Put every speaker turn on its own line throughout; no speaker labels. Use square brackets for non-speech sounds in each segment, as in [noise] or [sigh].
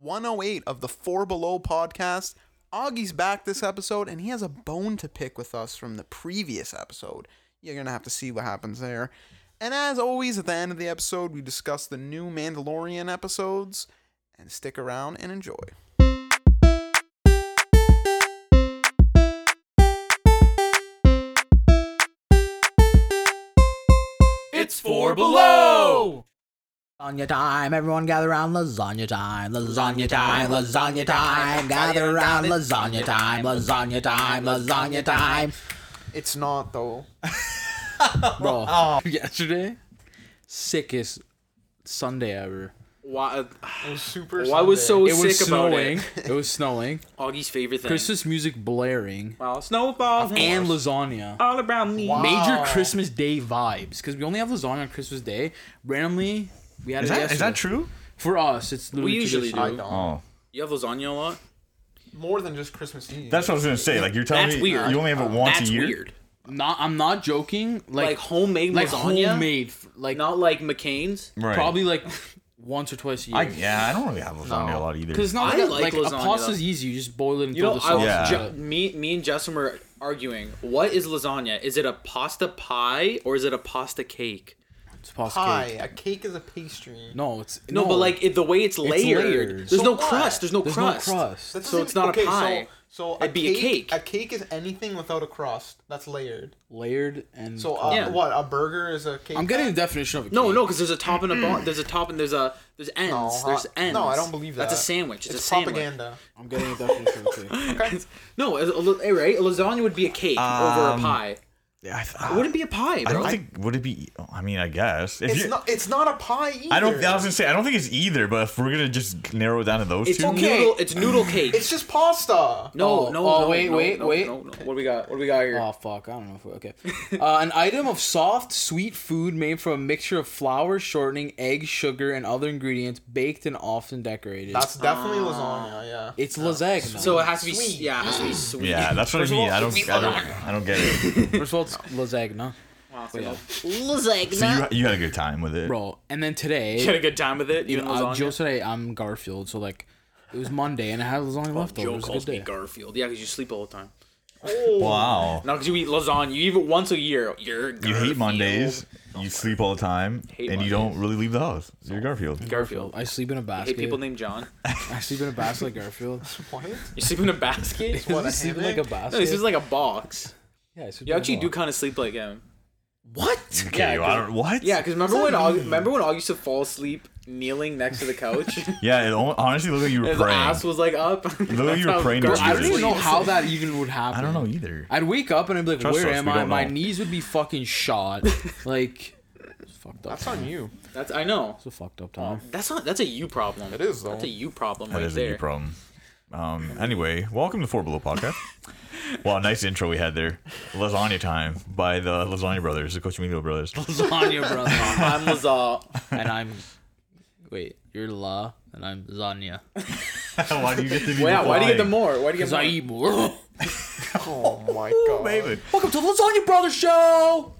108 of the Four Below podcast. Augie's back this episode, and he has a bone to pick with us from the previous episode. You're going to have to see what happens there. And as always, at the end of the episode, we discuss the new Mandalorian episodes. And stick around and enjoy.
It's four below.
Lasagna time, everyone gather around, lasagna time, lasagna time, lasagna time, gather around, lasagna time, lasagna time, lasagna time.
It's not, though.
Bro,
Yesterday, sickest Sunday ever.
Why? uh,
Super.
Why was so
It was
sick
snowing.
about it?
It was snowing.
Augie's favorite thing.
Christmas music blaring
wow, snowball
and lasagna.
all around me.
Major Christmas Day vibes because we only have lasagna on Christmas Day. Randomly, we had
Is
it
that
yesterday.
is that true?
For us, it's
We
literally
usually
tradition.
do.
Oh,
You have lasagna a lot.
more than just Christmas Eve.
that's what I was gonna say. Like you're telling
That's
me
weird. Uh,
you only have it once
That's
a year.
weird.
Not, I'm not joking.
Like,
Like,
homemade
like
lasagna.
homemade, like
Not like McCain's.
Right.
probably like once or twice a year.
I, yeah, I don't really have lasagna a lot either.
Because it's not
I
like, a-
like
like, a
lasagna,
pasta's
though.
easy. You just boil it and
You
throw
know,
the
I
sauce.
was
Yeah.
ju- me, me and Justin were arguing. What is lasagna? Is it a pasta pie or is it a pasta cake?
It's pasta cake.
pie. A cake is a pastry.
No, it's
No, but like it, the way it's layered.
layered.
There's
So
no
what?
crust. There's no
there's
crust.
no crust.
That
So
doesn't-
it's not a
okay, so-
pie.
So,
It'd be a cake.
A cake is anything without a crust. That's layered.
layered and
So uh,
Yeah.
what? A burger is a cake.
I'm getting the
then?
definition of a
No,
cake.
no, because there's a top and a bottom. There's a top and there's a there's ends.
No,
there's
huh?
ends.
No, I don't believe that.
That's a sandwich. It's,
It's,
a sandwich.
propaganda.
I'm getting a definition of a cake.
Okay.
No, a, a, la- eh, right? A lasagna would be a cake over a
Um,
pie.
I,
It
I,
wouldn't be a pie, bro.
I don't think would it be. I mean, I guess if
It's
you,
not. It's not a pie either.
I don't. I was gonna say I don't think it's either. But if we're gonna just narrow it down to those
it's
two,
okay.
noodle. It's
[laughs]
noodle cake.
It's just pasta.
no,
Oh,
no,
oh,
no,
wait,
no,
wait,
no,
wait.
no, no. What do we got? What do we got here?
Oh fuck! I don't know. If we, okay, uh, an item of soft, sweet food made from a mixture of flour, shortening, egg, sugar, and other ingredients, baked and often decorated.
That's definitely lasagna. Yeah.
it's lasagna.
so uh, it has to be
Sweet.
yeah, it has to
[gasps]
be sweet.
yeah, that's what I
First of
mean.
all,
I don't.
it's
I don't. I don't get it.
first of all, it's lasagna,
Wow, so
So you you had a good time with it,
bro. And then
You had
today,
a good time with it. Even
uh,
lasagna.
Joe said I, am Garfield, so like it was Monday, and I had lasagna left over. It
Joe
was a good
calls me
day.
Garfield. Yeah, because you sleep all the time.
Wow.
No, because you eat lasagna. You eat it once a year. You're
You
Garfield.
hate Mondays. You sleep all the time,
Hate
and
Mondays.
you don't really leave the house. You're Garfield.
Garfield.
I sleep in a
I hate
basket.
people named John.
I sleep in a basket
[laughs]
like Garfield.
What?
You sleep in a basket.
[laughs] What
I
a
sleep in
hammock?
like a basket.
No, this is like a box.
yeah, I sleep
You
in a
actually do
box.
kind of sleep like him.
What?
Okay,
Yeah,
you-
'cause-
I don't, what?
Yeah, because remember when Aug- remember when Aug used to fall asleep kneeling next to the
[laughs]
couch? [laughs]
Yeah, it al- honestly looked like you were
His
praying.
ass was like up. That's
you were
how
praying
Garfield
to
I don't even
sleeps.
know how that even would happen.
I don't know either.
I'd wake up and I'd be like,
Trust
"Where
us,
am
we
I?"
don't
My
know.
knees would be fucking [laughs] shot. like, it's fucked up.
That's on you.
That's I know.
It's a fucked
[laughs]
up time.
That's not. That's a you problem.
It is, though.
That's a you problem
That
right
is a
there.
new problem. Um, anyway, welcome to Four Below Podcast. wow, nice intro we had there. Lasagna Time by the Lasagna Brothers, the Coach Emilio Brothers.
Lasagna, brother. [laughs]
I'm Lazar. [laughs]
and I'm. Wait, you're La, and I'm Zanya.
why do you get to be
Yeah,
the
why do you get the
fly?
more? Why do you get
Cause I
more?
eat more.
Oh [laughs] my god.
David.
Welcome to the Lasagna Brothers Show.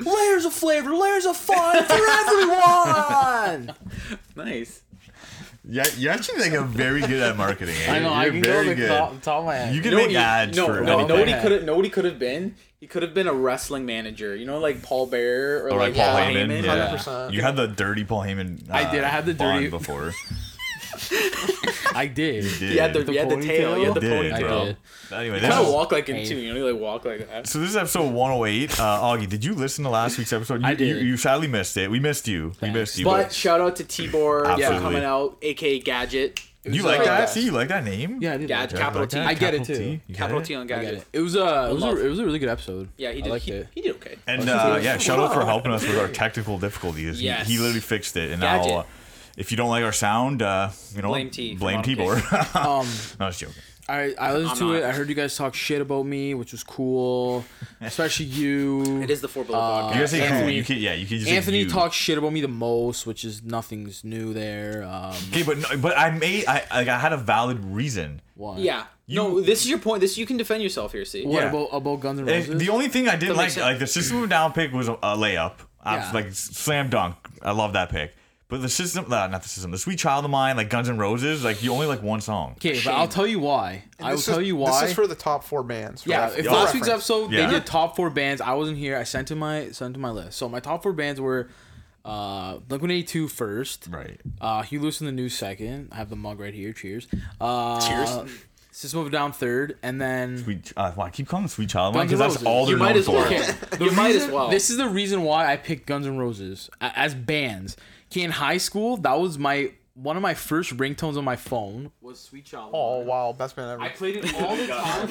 Layers of flavor, layers of fun [laughs] for [laughs] everyone.
Nice.
Yeah, you actually think I'm very good at marketing. eh?
I know. I
You're
can
very
go to the
good.
top, the top of my head.
You
You
can
know what
make
you-
ads
no,
for
no,
anything.
no, what he
anything.
could have, no, what he could have been. He could have been a wrestling manager. You know, like Paul Bear or,
Or
like
like Paul
Paul
Heyman. Yeah.
100%.
You had the dirty Paul Heyman. Uh,
I did, I had the
bond
dirty-
before.
I did.
Did.
You had the, you had the
ponytail?
tail. You had the
You
ponytail.
did,
I
bro.
did.
Anyway,
Kind
this
of
is,
walk like him too. You know, you like walk like that.
so this is episode 108. Uh, Augie, did you listen to last week's episode? You,
I did.
You, you sadly missed it. We missed you. We missed you.
But shout out to Tibor for
Absolutely.
coming out, aka Gadget.
you
was,
like
uh,
that? See, you like that name?
Yeah, I did.
Yeah,
like that.
Capital T.
I get it
Capital
too.
T? You get
Capital
it?
T on
I get
Gadget.
it. It was a it was
love
a,
it.
it was a really good episode.
Yeah, he did.
I liked
he,
it.
he did okay.
And uh, yeah, shout out for helping us with our technical difficulties. He-
Yes.
He, literally fixed it. And
Gadget.
now, uh, if you don't like our sound, uh, you know,
Blame T for
Blame
not
T-Bor.
Um,
[laughs] no, just joking.
I I listened
I'm
to it.
not.
I heard you guys talk shit about me, which was cool. Especially you.
It is the four below
Uh,
You
podcast.
guys say who?
Anthony-
You can, yeah, you can just say
Anthony
you.
talks shit about me the most, which is nothing's new there. Um,
Okay, but no, but I made I like I had a valid reason.
why?
Yeah.
You-
no, this is your point. This you can defend yourself here. See,
What
Yeah.
about about Guns N'
And
Roses?
Eh, the only thing I didn't
That makes sense.
like, like the system of a down pick was a, a layup. I was
Yeah.
like slam dunk. I love that pick. But the system, uh, not the system, the sweet child of mine, like Guns N' Roses, like you only like one song.
Okay, but I'll tell you why. I will tell you why.
This is for the top four bands. for
yeah,
ref-
if
for
last week's
reference.
episode
Yeah.
they did top four bands. I wasn't here. I sent to my sent to my list. So my top four bands were uh Blink 182 first.
Right.
Uh, Hugh Lewis in the news second. I have the mug right here. Cheers. Uh, Cheers. System of a Down third, and then
Sweet, uh, wow, I keep calling it sweet child of mine
Guns N'
because that's
Roses.
all they're
You might
known
as well.
for.
Okay,
[laughs]
the
You might as
reason-
well.
This is the reason why I picked Guns N' Roses a- as bands. Okay, in high school, that was my one of my first ringtones on my phone was Sweet Child. O'
Oh
Mine.
wow, best band ever.
I played it all the time,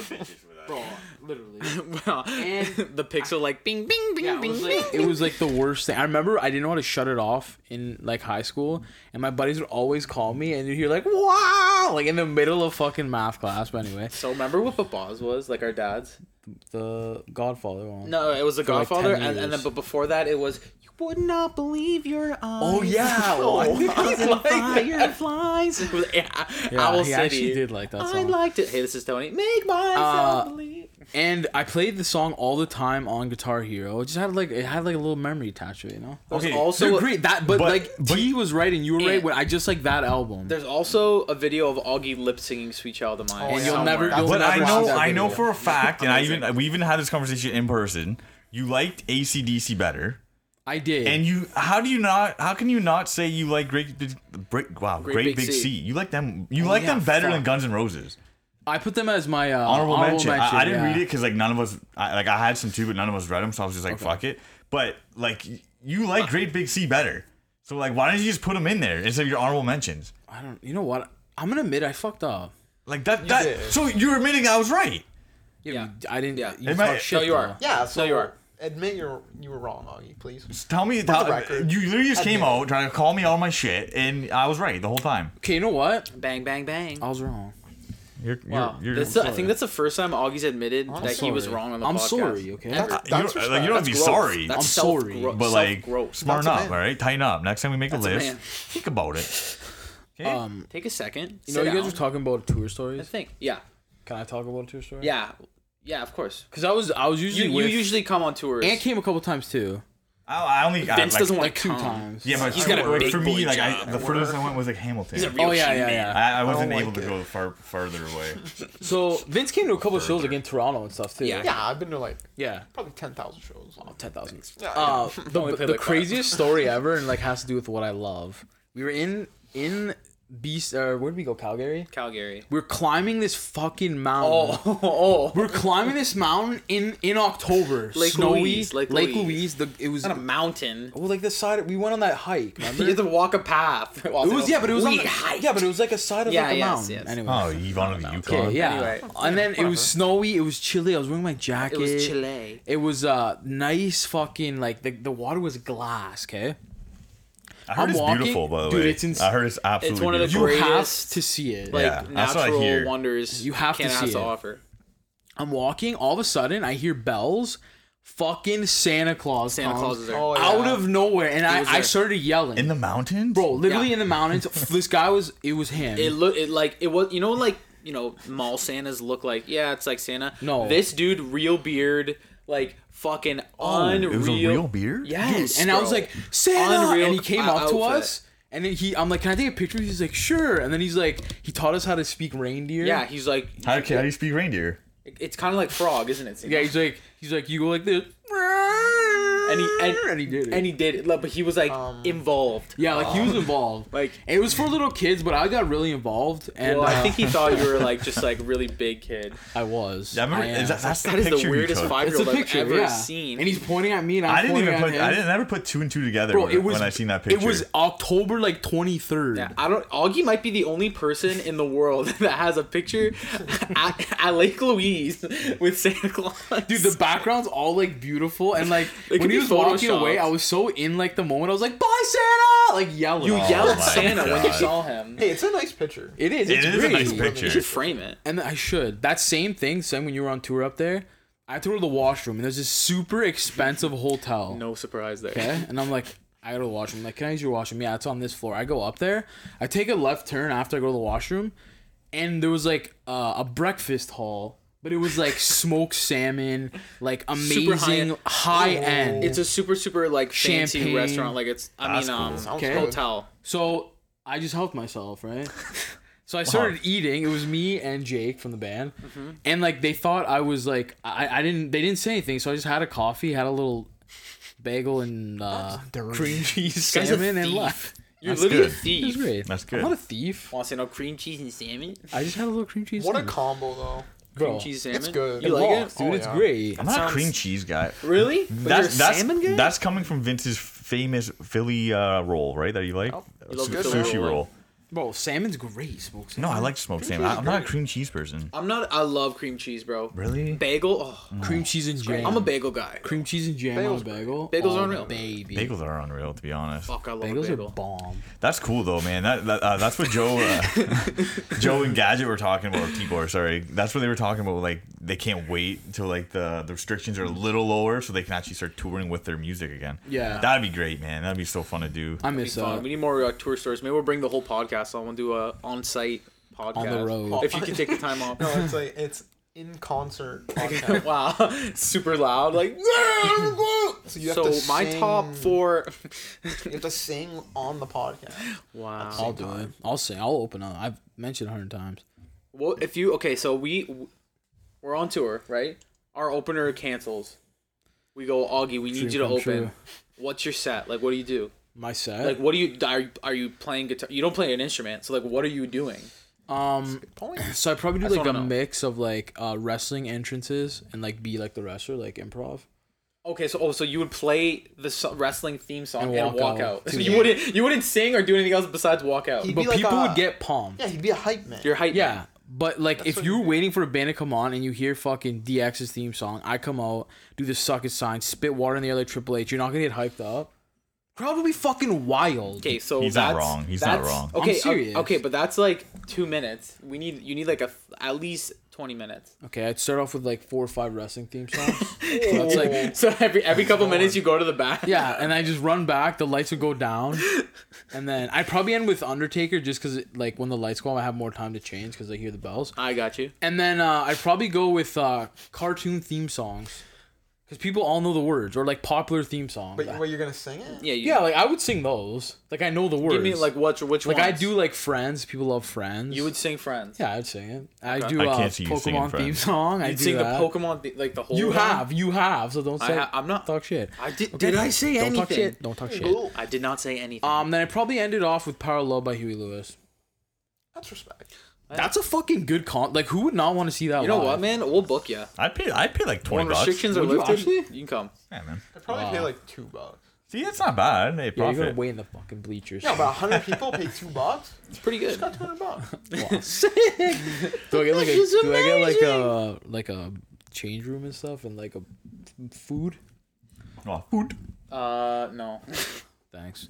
bro. Literally,
[laughs] Wow. the pixel like bing bing bing
yeah, it,
bing.
was like, it was like the worst thing. I remember I didn't know how to shut it off in like high school, and my buddies would always call me, and you'd hear like wow, like in the middle of fucking math class. But anyway,
so remember what Babaz was like our dad's?
the Godfather one.
No, it was the
like,
Godfather,
10
and, and then
years.
but before that it was you would not believe your eyes.
Oh [laughs] yeah,
[laughs] fireflies. It was- yeah,
yeah,
Owl
he
City.
actually did like that
I
song.
liked it. Hey, this is Tony. Make myself
Uh,
believe.
And I played the song all the time on Guitar Hero. It just had like it had like a little memory attached to it, you know.
There's
okay,
So
also
great that, but,
but-
like
but-
T was right and you were
And-
right. When I just like that album.
there's also a video of Augie lip singing "Sweet Child of Mine."
Oh,
And
yeah.
you'll
somewhere.
never, you'll
But
never
I
see
know,
that
I know
video.
for a fact, and I even we even had this conversation in person. You liked ACDC better,
I did.
and you how do you not? How can you not say you like Great, Big- Great Wow, Great,
Big
Big,
Sea.
Sea. You like them. You like
Oh, yeah,
them better than
fuck.
Guns N' Roses.
I put them as my uh,
Honorable, mention. I- I, didn't
yeah.
read it because like none of us, I, like I had some too, but none of us read them, so I was just like, fuck it. But like y- you like Great Big Sea better, so like why don't you just put them in there instead of your honorable mentions?
I don't. You know what? I'm gonna admit I fucked up.
Like that. That.
did.
So you're admitting I was right.
Yeah.
You- I didn't.
Yeah.
You
Am I-
talk shit,
No, you
though.
are.
yeah, so
No, you are.
Admit you you were wrong, Augie. Please.
Tell me,
the
how,
record.
you literally just came
Admit
out trying to call me all my shit, and I was right the whole time.
Okay, you know what?
Bang bang bang.
I was wrong.
You're, you're,
Wow.
you're,
This- I think that's the first time Augie's admitted that he was
sorry.
wrong on the
I'm
podcast.
sorry, okay?
Ever.
That's-
you don't,
respect.
like you don't have to be
That's growth.
sorry,
That's
I'm
self-
sorry.
gro-
but like
self-growth.
smarten
That's a
up, all
man.
right? Tighten up. Next time we make a
That's a
list,
man. Um,
think about it. Okay.
Take a second.
You know, you guys were talking about tour stories.
Think. Yeah.
Can I talk about tour stories?
Yeah. Yeah. Of course.
Because I was, I was
You,
usually
you
with,
usually come on tours.
Ant came a couple times too.
I, I only I,
Vince
like,
doesn't want
Like
to
two
come.
times.
Yeah, but
He's
I-
got a
like,
big
for
boy
me, like
job.
I, the furthest I went was like Hamilton.
He's a real
Oh yeah, yeah,
human.
yeah.
I, I wasn't
like
able to
it.
go far further away.
So Vince came to a couple shows like in Toronto and stuff too.
Yeah.
Yeah, I've been to like
Yeah.
probably ten thousand shows.
Ten thousand.
Yeah,
Uh,
[laughs] Only play
the, the
like that.
craziest story ever, and like has to do with what I love. We were in in Beast. Or where did we go? Calgary.
Calgary.
We're climbing this fucking mountain.
Oh, [laughs] oh,
We're climbing this mountain in in October.
[laughs] Lake
Snowy.
Louise, Lake
Louise. The it was
on a
[laughs]
mountain.
well like the side. We went on
[laughs]
that hike. Remember?
You have to walk a path. It
it was yeah, but it was on
we
the,
hike.
yeah, but it was like a side of
Yeah,
like a
yes,
mountain.
yes.
Anyway.
Oh, you wanted the Yukon?
Okay, yeah.
Anyway.
And then it was snowy, it was chilly, I was wearing my jacket.
It was Chile.
It was uh nice fucking like the, the water was glass, okay?
I heard
I'm
it's
walking-
beautiful, by the
Dude,
way.
it's ins-
I heard it's absolutely
one of the
beautiful.
You have
Greatest,
to see
Like
it. Like
Yeah, that's what I
natural
hear.
wonders.
You have to
Canada
see
has
it.
to offer.
I'm walking, all of a sudden I hear bells, fucking Santa Claus.
Santa
comes
Claus is there.
Oh, yeah.
out of nowhere and
was
I, I
there.
started yelling.
in the mountains,
Bro, literally
Yeah.
in
[laughs]
the mountains. this guy was it was him.
It looked it like it was you know like you know mall Santas look like yeah it's like Santa.
No.
this dude real beard like fucking
Oh,
unreal.
It was a real beard.
Yes,
and I was
bro.
like, Santa,
Unreal
and he came
o-
up to
outfit.
us, and then he, I'm like, can I take a picture? He's like, sure, and then he's like, he taught us how to speak reindeer.
yeah, he's like
How, how do you speak reindeer?
it's kind of like frog, isn't it? Santa?
yeah, he's like, he's like, you go like this, and
he- and-
he did it,
and he did it, Oh. like, but he was like involved.
yeah, like he was involved.
Like-
it was for little kids, but I got really involved, and
Well,
uh,
I think he thought you were like just like really big kid.
[laughs] I uh, was.
Yeah, I remember.
am.
is that, that's the
That is
picture
the weirdest
you took.
five
It's
year
a
old I've
picture,
ever
yeah.
seen.
And he's pointing at me, and I'm
I didn't
pointing
even
at
put.
him.
I didn't ever put two and two together
Bro,
when,
it was
when I seen that picture.
It was October like 23rd.
Yeah, I don't. Augie might be the only person in the world [laughs] that has a picture at, at Lake Louise with Santa Claus. [laughs]
Dude, the background's all like beautiful and like
It
when
could
he
be
was walking
photoshopped.
away, I was so in like the moment. I was like, "Bye, Santa!" Like yelling.
you yelled
my
Oh, Santa when you
God.
saw him.
Hey, it's a nice picture.
It is.
It
It's
is
great.
a nice
You
picture.
should frame it.
And I should. That same thing, same when you were on tour up there. I had to go to the washroom, and there's this super expensive hotel.
No surprise there.
Okay, and I'm like, I gotta wash washroom. Like, can I use your washroom? Yeah, it's on this floor. I go up there. I take a left turn after I go to the washroom, and there was like uh, a breakfast hall but it was like smoked salmon, like
Super high- Oh.
amazing high end.
It's a super super like fancy
Champagne.
restaurant. Like it's I
That's
mean um
cool.
it's
Sounds
a
good.
hotel.
So I just helped
[laughs]
myself, right? So I started eating. It was me and Jake from the band,
Mm-hmm.
and like they thought I was like I, I didn't they didn't say anything. So I just had a coffee, had a little bagel and uh,
dirty.
cream
[laughs]
cheese
Guy's a
salmon, and
thief.
left.
You're
That's
literally
good.
a
It was
thief.
great.
That's
I'm
good.
not a thief.
Want to say no cream cheese and salmon?
I just had a little cream cheese.
What a
sandwich.
combo though.
Bro,
Cream cheese salmon.
good.
You
It
like
rocks,
it?
dude.
Oh,
it's
yeah.
great.
I'm not
sounds-
a cream cheese guy.
Really?
That's that's
salmon guy?
that's coming from Vince's famous Philly uh, roll, right? That you like
love
Su-
the Philly
sushi
roll.
roll.
Bro, salmon's great. Smoked
No,
salmon.
I like smoked salmon. I- I'm not a cream cheese person.
I'm not. I love cream cheese, bro.
Really?
Bagel. Oh,
cream cheese and jam.
I'm a bagel guy.
Mm. cream cheese and jam on
Bagel's
a bagel.
Bagels
oh,
are unreal.
Baby.
Bagels are unreal, to be honest.
Fuck, I love
Bagels
a bagel.
are bomb.
That's cool though, man. That, that uh, that's what
[laughs]
Joe, uh, Joe and Gadget were talking about. Tibor, sorry, that's what they were talking about. Like they can't wait until like the, the restrictions are a little lower, so they can actually start touring with their music again.
Yeah.
that'd be great, man. That'd be so fun to do.
I
Be
miss
fun.
out.
we need more uh, tour stories. Maybe we'll bring the whole podcast on. We'll do a on-site podcast
On the road.
If you could take the time off.
[laughs] No, it's like it's in [laughs] concert. podcast.
wow, [laughs] super loud. Like [laughs]
so you have
so.
to
My
sing-
top four. [laughs]
You have to sing on the podcast.
wow.
I'll do it. I'll say. I'll open up. I've mentioned a hundred times.
Well, if you okay, so we we're on tour, right? Our opener cancels. We go, Augie. We need
Dream
you to
come
open.
true.
What's your set? Like, what do you do?
My set.
Like, what do you are, you- are you playing guitar? You don't play an instrument, so like, what are you doing?
um.
Point.
So I probably do
just
like a
wanna know.
mix of like uh wrestling entrances and like be like the wrestler, like improv.
Okay, so oh, so you would play the so- wrestling theme song and,
And
walk,
walk
out. [laughs]
out.
So
Yeah.
you wouldn't you wouldn't sing or do anything else besides walk out.
He'd
But
be like
people
a-
would get pumped.
Yeah, he'd be a hype man.
Your height.
Yeah, but like if
what
you're
you do.
waiting for a band to come on and you hear fucking DX's theme song, I come out, do the suck it sign, spit water in the air like Triple H. You're not gonna get hyped up. Crowd will be fucking wild.
Okay, so
He's not
that's,
wrong. He's not
that's,
wrong.
Okay,
I'm serious.
o- okay, but that's like two minutes. We need you need like a at least twenty minutes. [laughs]
Okay, I'd start off with like four or five wrestling theme songs. [laughs] so that's like
So every every couple minutes you go to the back.
yeah, and I just run back. The lights would go down, and then I probably end with Undertaker just because like when the lights go on, I have more time to change because I hear the bells.
[laughs] I got you.
And then uh, I'd probably go with uh, cartoon theme songs because people all know the words or like popular theme songs.
But what you're gonna sing it?
Yeah, you,
yeah, like I would sing those. Like I know the words.
Give me like what which
like I
ones?
do like Friends. People love Friends.
You would sing Friends.
Yeah, I'd sing it. I do
I
uh,
can't see you singing
Pokemon theme
Friends.
song. I
You'd
do
sing
that.
the Pokemon the, like the whole.
You
one?
have, you have. So don't
I
say.
ha- I'm not-
talk shit.
I did.
Okay,
Did I
don't-
say
don't
anything?
Talk shit. Don't talk shit.
Cool.
I did not say anything.
Um, then I probably ended off with Power Love by Huey Lewis.
That's respect.
That's a fucking good con. Like, who would not want to see that?
you know
live?
what, man? We'll book you.
I'd pay. I'd pay like twenty
When
bucks.
restrictions are
Would you
lifted,
actually?
you can come.
Yeah, man.
I'd probably pay like two bucks.
See, that's not bad. They
Yeah, you're
profit.
gonna wait in the fucking bleachers.
Yeah, about hundred people pay two bucks.
It's pretty good.
Got two hundred bucks.
do I get like a,
This is
do I get like a like a change room and stuff and like a f- food?
oh, food.
Uh, no,
Thanks.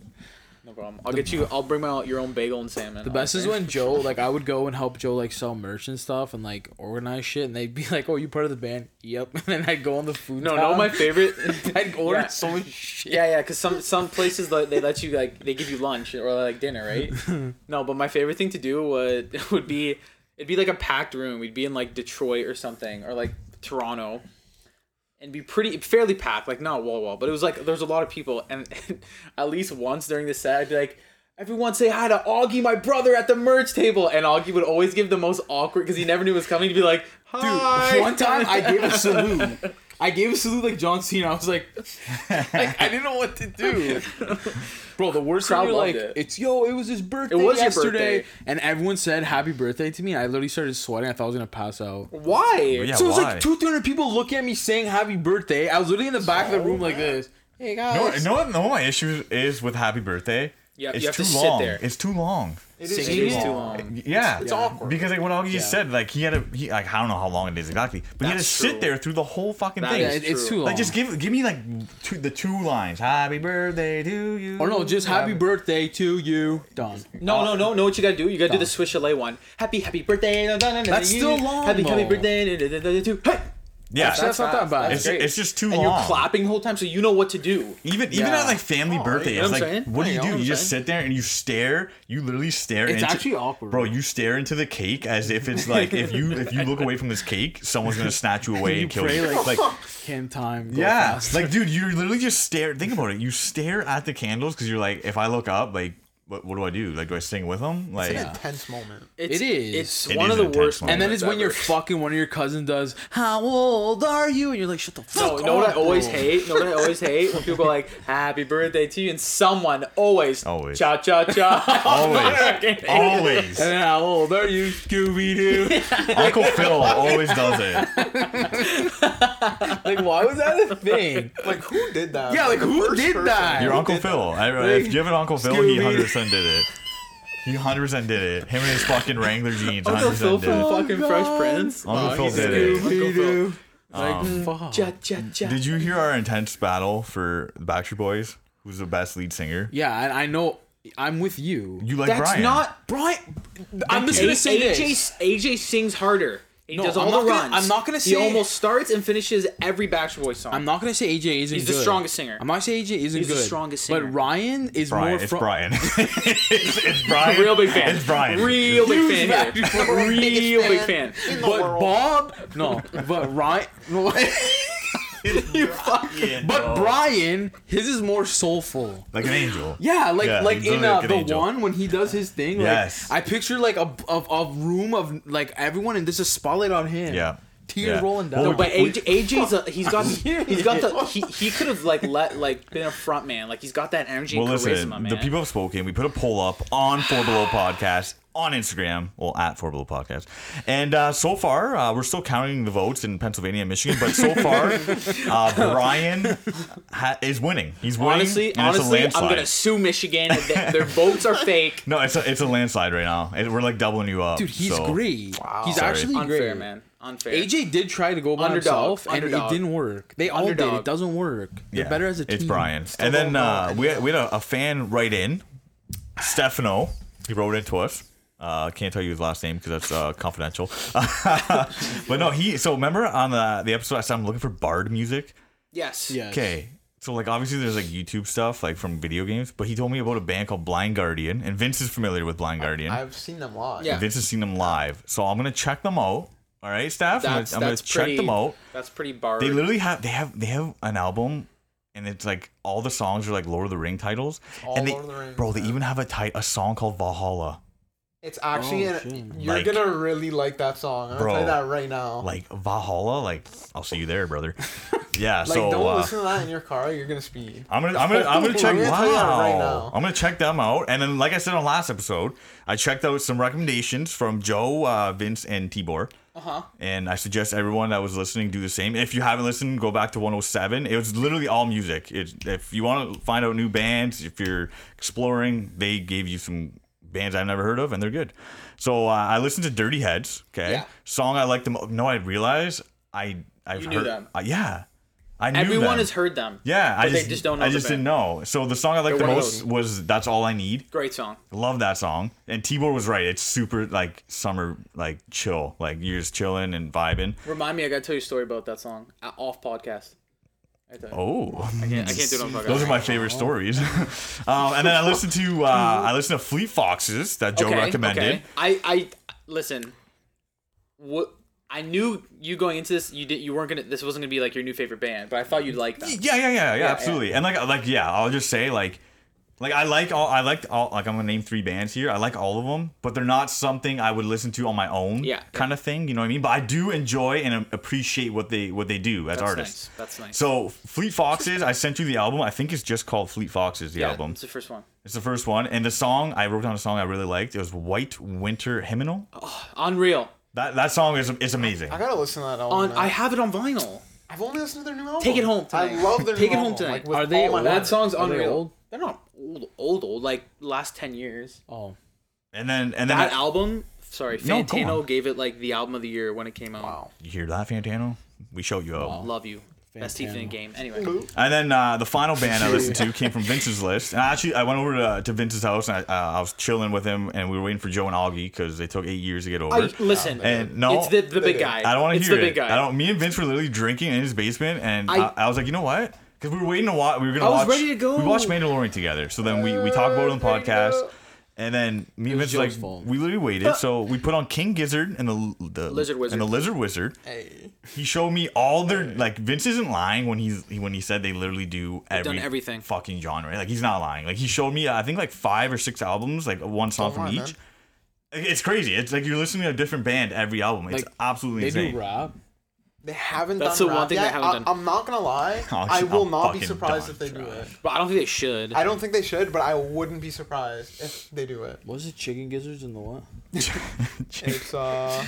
no problem. I'll get you. I'll bring my your own bagel and salmon.
The best is when Joe like I would go and help Joe like sell merch and stuff and like organize shit and they'd be like, "Oh, you part of the band?" Yep. [laughs] And then I'd go on the food.
No,
tab.
no, my favorite.
[laughs]
[laughs]
I'd order
Yeah.
so much shit.
Yeah, yeah, because some some places like, they let you like they give you lunch or like dinner,
[laughs]
right? no, but my favorite thing to do would [laughs] would be it'd be like a packed room. We'd be in like Detroit or something or like Toronto, and be pretty fairly packed, like not wall to wall, but it was like there's a lot of people, and, [laughs] at least once during the set, I'd be like. Everyone say hi to Augie, my brother, at the [laughs] merch table. And Augie would always give the most awkward because he never knew it was coming. He'd be like, "Hi."
Dude, one time I gave a
[laughs]
salute. I gave a salute like John Cena. I was like, like I didn't know what to do.
Oh,
Bro, the worst
Crowd
crowd
loved
like
it.
it's yo, it was his birthday
was your
yesterday,
birthday.
and everyone said happy birthday to me. and I literally started sweating. I thought I was gonna pass out.
Why?
Yeah,
so it was
why?
like two, three hundred people looking at me saying happy birthday. I was literally in the back of the room like this. Hey
No,
guys,
no, no. My issue is with Happy Birthday.
Yeah,
it's
you have
too
to sit
long.
there.
It's too long.
It is
Singing is too
long.
long.
Yeah,
it's Yeah. awkward.
because like what Augie just
Yeah.
said, like he had to, he, like I don't know how long it is exactly, but he had to
That's true.
sit there through the whole fucking
That
thing.
yeah,
is
it- it's
true.
too long.
Like just give give me like two, the two lines. Happy birthday to you.
or Oh, no, just happy birthday to you. Done.
No, no, no, no! What you gotta do? You gotta do the Swish Alay one. Happy, happy birthday.
That's still long,
Happy, happy
though.
birthday. da, da, da, da, to- Hey!
Yeah,
That's not that bad.
it's,
great.
it's just too
and
long.
you're clapping the whole time, so you know what to do.
Even even
Yeah.
at like family birthday,
you know
it's
what I'm
like,
saying?
what do
Yeah,
you
you know
do?
what
You
I'm
just
saying?
sit there and you stare. You literally stare.
It's
into,
actually awkward.
bro. You stare into the cake as if it's like if you if you look away from this cake, someone's gonna snatch you away
You
and kill
pray,
you.
like- Oh,
Like,
Can time? Go
yeah,
fast.
like
[laughs]
dude, you literally just stare. Think about it. You stare at the candles because you're like, if I look up, like, what, what do I do? Like, do I sing with them? Like,
An intense moment.
It's,
It is.
It's
It
one
is
of
an
the worst.
intense moment.
And then it's when your
moments
fucking one of your cousin does. How old are you? And you're like, [laughs] shut the
ever.
fuck
No,
up.
you [laughs] know what I always
bro."
hate? You know what I always
[laughs]
hate? When people go like, happy birthday to you, and someone always,
Always.
cha cha cha.
[laughs]
[laughs]
always, always,
And then how old are you, Scooby Doo?
Uncle Phil always
[laughs]
does it.
like, why was that a thing?
Like who did that?
Yeah, like,
The
who
first
did
person.
that?
Your
Who
Uncle Phil. I, if you have an Uncle Phil, he
Scooby.
100% did it. He 100% did it. Him and his fucking Wrangler jeans
Uncle
100%
Phil
did
from
it.
fucking
Oh,
Fresh
God.
Prince.
Uncle
Oh,
Phil
he's
did
good.
it.
Scooby Doo. Like,
Cha
Um, fuck.
cha cha.
Did you hear our intense battle for the Backstreet Boys? Who's the best lead singer?
Yeah, I, I know. I'm with you.
You like
That's
Brian.
not.
Brian, I'm just
A-
gonna say
AJ,
this.
AJ sings harder. He
No,
does
I'm
all
not
the
gonna-
runs.
I'm not gonna
He
say-
almost starts and finishes every Backstreet Boys song.
I'm not gonna say AJ isn't.
He's the
good.
strongest singer.
I'm not saying AJ isn't
He's the
good.
strongest singer.
But Ryan is
Brian.
more.
It's
fro-
Brian. [laughs] it's, it's Brian.
Real big fan.
[laughs] It's Brian.
Real big
Huge
fan.
Backstreet
Here.
Boys.
Real big
Biggest
fan.
in the
But
world.
Bob, no. [laughs] But Ryan,
Fucking
[laughs] but
no.
Brian, his is more soulful.
Like an angel.
Yeah, like
Yeah,
like
he's
in
literally
uh,
like an
the
angel.
one when he does his thing. Like,
Yes.
I picture like a, a a room of like everyone and there's a spotlight on him.
Yeah.
tears
Yeah.
rolling down.
Well,
But AJ, AJ's a, he's
[laughs]
got he's got the he, he could have like let like been a front man like he's got that energy
Well,
and charisma
listen,
man.
the people have spoken. We put a poll up on Four Below Podcast on Instagram, well, at Four Below Podcast. And uh, so far, uh, we're still counting the votes in Pennsylvania and Michigan, but so far, uh, Brian ha- is winning. He's winning.
honestly,
and it's a
honestly, I'm
landslide.
gonna sue Michigan. and they- Their votes are fake.
No, it's a, it's a landslide right now. And We're like doubling you up.
dude, he's
so-
great. He's
Sorry.
actually
Unfair,
great.
man. Unfair.
AJ did try to go by
Underdog,
himself, and
underdog.
it didn't work. They all did.
Underdog.
It doesn't work. They're
Yeah,
better as a team.
It's Brian.
Still
And then
don't
uh,
know.
we had, we had a, a fan write in, Stefano. He wrote into us. Uh, can't tell you his last name because that's uh, confidential. [laughs] but no, he. So remember on the the episode I said I'm looking for bard music.
yes.
Yes.
Okay. So like obviously there's like YouTube stuff like from video games, but he told me about a band called Blind Guardian, and Vince is familiar with Blind Guardian.
I've seen them live.
Yeah.
Vince has seen them live, so I'm gonna check them out. All right, staff. I'm gonna,
That's
I'm gonna
that's
check
pretty,
them out.
That's pretty bar.
They literally have they have they have an album, and it's like all the songs are like Lord of the Ring titles.
all
and they,
Lord of the Rings,
bro, they
man.
even have a tit- a song called Valhalla.
It's actually
Oh,
an,
shit.
you're
Like-
gonna really like that song. I'm
Bro.
gonna play that right now. Like,
Like Valhalla, like I'll see you there,
[laughs]
brother. Yeah, so
don't
uh,
listen to that in your car. You're gonna speed.
I'm gonna I'm gonna I'm gonna check
I'm gonna tell you that
wow.
right now.
I'm gonna check them out. And then like I said on last episode, I checked out some recommendations from Joe, uh, Vince, and Tibor. Uh-huh. And I suggest everyone that was listening do the same. If you haven't listened, go back to 107. It was literally all music. It, if you want to find out new bands, if you're exploring, they gave you some bands I've never heard of, and they're good. So uh, I listened to Dirty Heads. Okay,
Yeah.
song I like the most. No, I realize I I've
You knew
heard
them.
Uh, yeah, I knew
Everyone
them.
has heard them.
Yeah,
But
I
they
just,
just don't know
I
the
just
band.
didn't know. So the song I liked
They're
the
one of
most
those.
was "That's All I Need."
Great song.
Love that song. And Tibor was right. It's super like summer, like chill, like you're just chilling and vibing.
Remind me, I gotta tell you a story about that song uh, off podcast. I tell you.
Oh,
I can't do it on podcast.
those are my favorite stories. [laughs] um, and then I listened to uh, I listened to Fleet Foxes that Joe
Okay,
recommended.
okay. I, I listen. What I knew you going into this, you did you weren't gonna. This wasn't gonna be like your new favorite band, but I thought you'd like them.
Yeah, yeah, yeah, yeah, absolutely. And like, like, yeah, I'll just say like, like I like all, I liked all, like I'm gonna name three bands here. I like all of them, but they're not something I would listen to on my own.
Yeah.
kind of thing. You know what I mean? But I do enjoy and a- appreciate what they what they do as
That's
artists.
nice. That's nice.
So Fleet Foxes, I sent you the album. I think it's just called Fleet Foxes. The
yeah,
album.
It's the first one.
It's the first one, and the song I wrote down a song I really liked. It was White Winter Hymnal.
Oh. Unreal.
That that song is is amazing.
I gotta listen to that album.
On
man.
I have it on vinyl.
I've only listened to their new album.
Take it home
Oh, I
tonight.
love their
Take
new
it home
album,
tonight.
Like, with
Are they
all my
old?
heart.
That song's
Are they
unreal.
old?
They're not old, old, old. Like last ten years.
Oh,
And then and then
That album. Sorry,
No, go
Fantano
on.
gave it like the album of the year when it came out.
Wow.
you hear that Fantano? We show you up.
Love you. Best teeth in the game. Anyway.
And then uh, the final band
[laughs]
I listened to came from Vince's list. And I actually, I went over to, to Vince's house and I, uh, I was chilling with him, and we were waiting for Joe and Augie because they took eight years to get over.
I, listen.
and no,
it's the, the big guy.
I don't want to
It's
hear
the big
it.
guy.
I don't. Me and Vince were literally drinking in his basement, and I,
I-
I, was like, you know what? Because we were waiting to watch. We were gonna
I was
watch.
ready to go.
We watched Mandalorian together, so then we we talked about it on the
Ready to
podcast.
go.
And then me and
was
Vince were like
Joe's fault.
we literally waited,
[laughs]
so we put on King Gizzard and the, the
Lizard Wizard.
and the Lizard Wizard. He showed me all their like Vince isn't lying when he's when he said they literally do
done
every
everything.
fucking genre. Like he's not lying. Like he showed me I think like five or six albums, like one song from
lie,
each.
man.
It's crazy. It's like you're listening to a different band every album. It's
Like,
absolutely
They
insane.
do rap.
They haven't
That's
done
the
rap
one thing they
yet.
haven't
I,
done.
I'm not gonna lie.
[laughs] Oh,
I will
I'm
not be
fucking
surprised
done
if they do it.
But I don't think they should.
I don't think they should, but I wouldn't be surprised if they do
[laughs]
it.
Was it chicken gizzards and the what?
It's uh,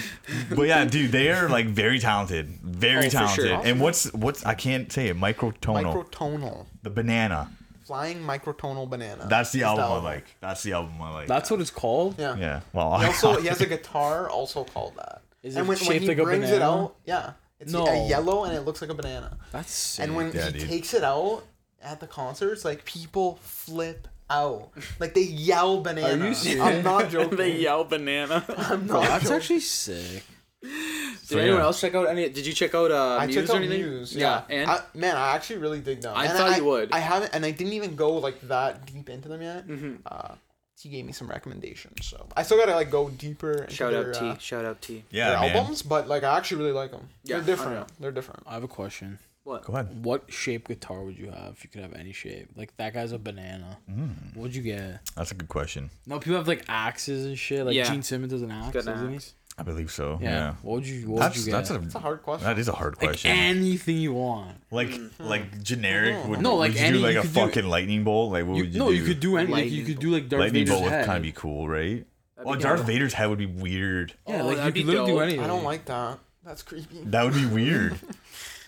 but yeah, dude, they are like very talented, very
Oh, for sure.
talented. And what's what's I can't say it. Microtonal,
microtonal,
the banana.
flying microtonal banana.
That's the
Is
album
that
I
one.
like. That's the album I like.
That's what it's called.
Yeah.
yeah. Well,
He [laughs] also,
[laughs]
he has a guitar also called that.
Is
and
it
when, when
shaped
he
like a
brings it
banana?
out, yeah, it's
No.
a yellow and it looks like a banana.
That's sick.
And when
Yeah,
he
dude.
takes it out at the concerts, like people flip out, like they yell banana.
serious?
I'm not
[laughs]
joking.
they yell banana.
I'm not
that's
joking.
actually sick.
Did anyone
yeah.
else check out any? Did you check out uh,
I
Muse
checked
or
out
anything?
Muse. Yeah,
and
I, man, I actually really dig them.
I
And
thought you would.
I haven't, and I didn't even go like that deep into them yet.
Mm-hmm.
Uh, T gave me some recommendations, so I still gotta like go deeper. Into
shout
their,
out T.
uh,
shout out T.
yeah,
their
man.
albums, but like I actually really like them.
Yeah, I
They're
know.
different. They're different.
I have a question.
What?
Go ahead.
What shape guitar would you have if you could have any shape? Like that guy's a banana.
Hmm.
What would you get?
That's a good question.
No, people have like axes and shit. Like
Yeah.
Gene Simmons has an axe,
got an
doesn't
axe.
I believe so.
he?
Yeah.
What would you? What
That's
would you get?
that's a,
It's a hard question.
that is a hard
like
question.
anything you want.
like like generic would,
No, like
would you
any-
do like
you
a
could do-
fucking lightning bolt? Like what
You,
would you
no,
do?
you could do anything. Like, you
Lightning
could do like Darth
lightning
Vader's
bolt would
head.
kind of be cool, right? Well,
be
Darth
dope.
Vader's head would be weird.
yeah,
Oh,
like you
that'd
could
be
literally do
dope.
anything.
I don't like that. That's creepy.
That would be
[laughs]
weird.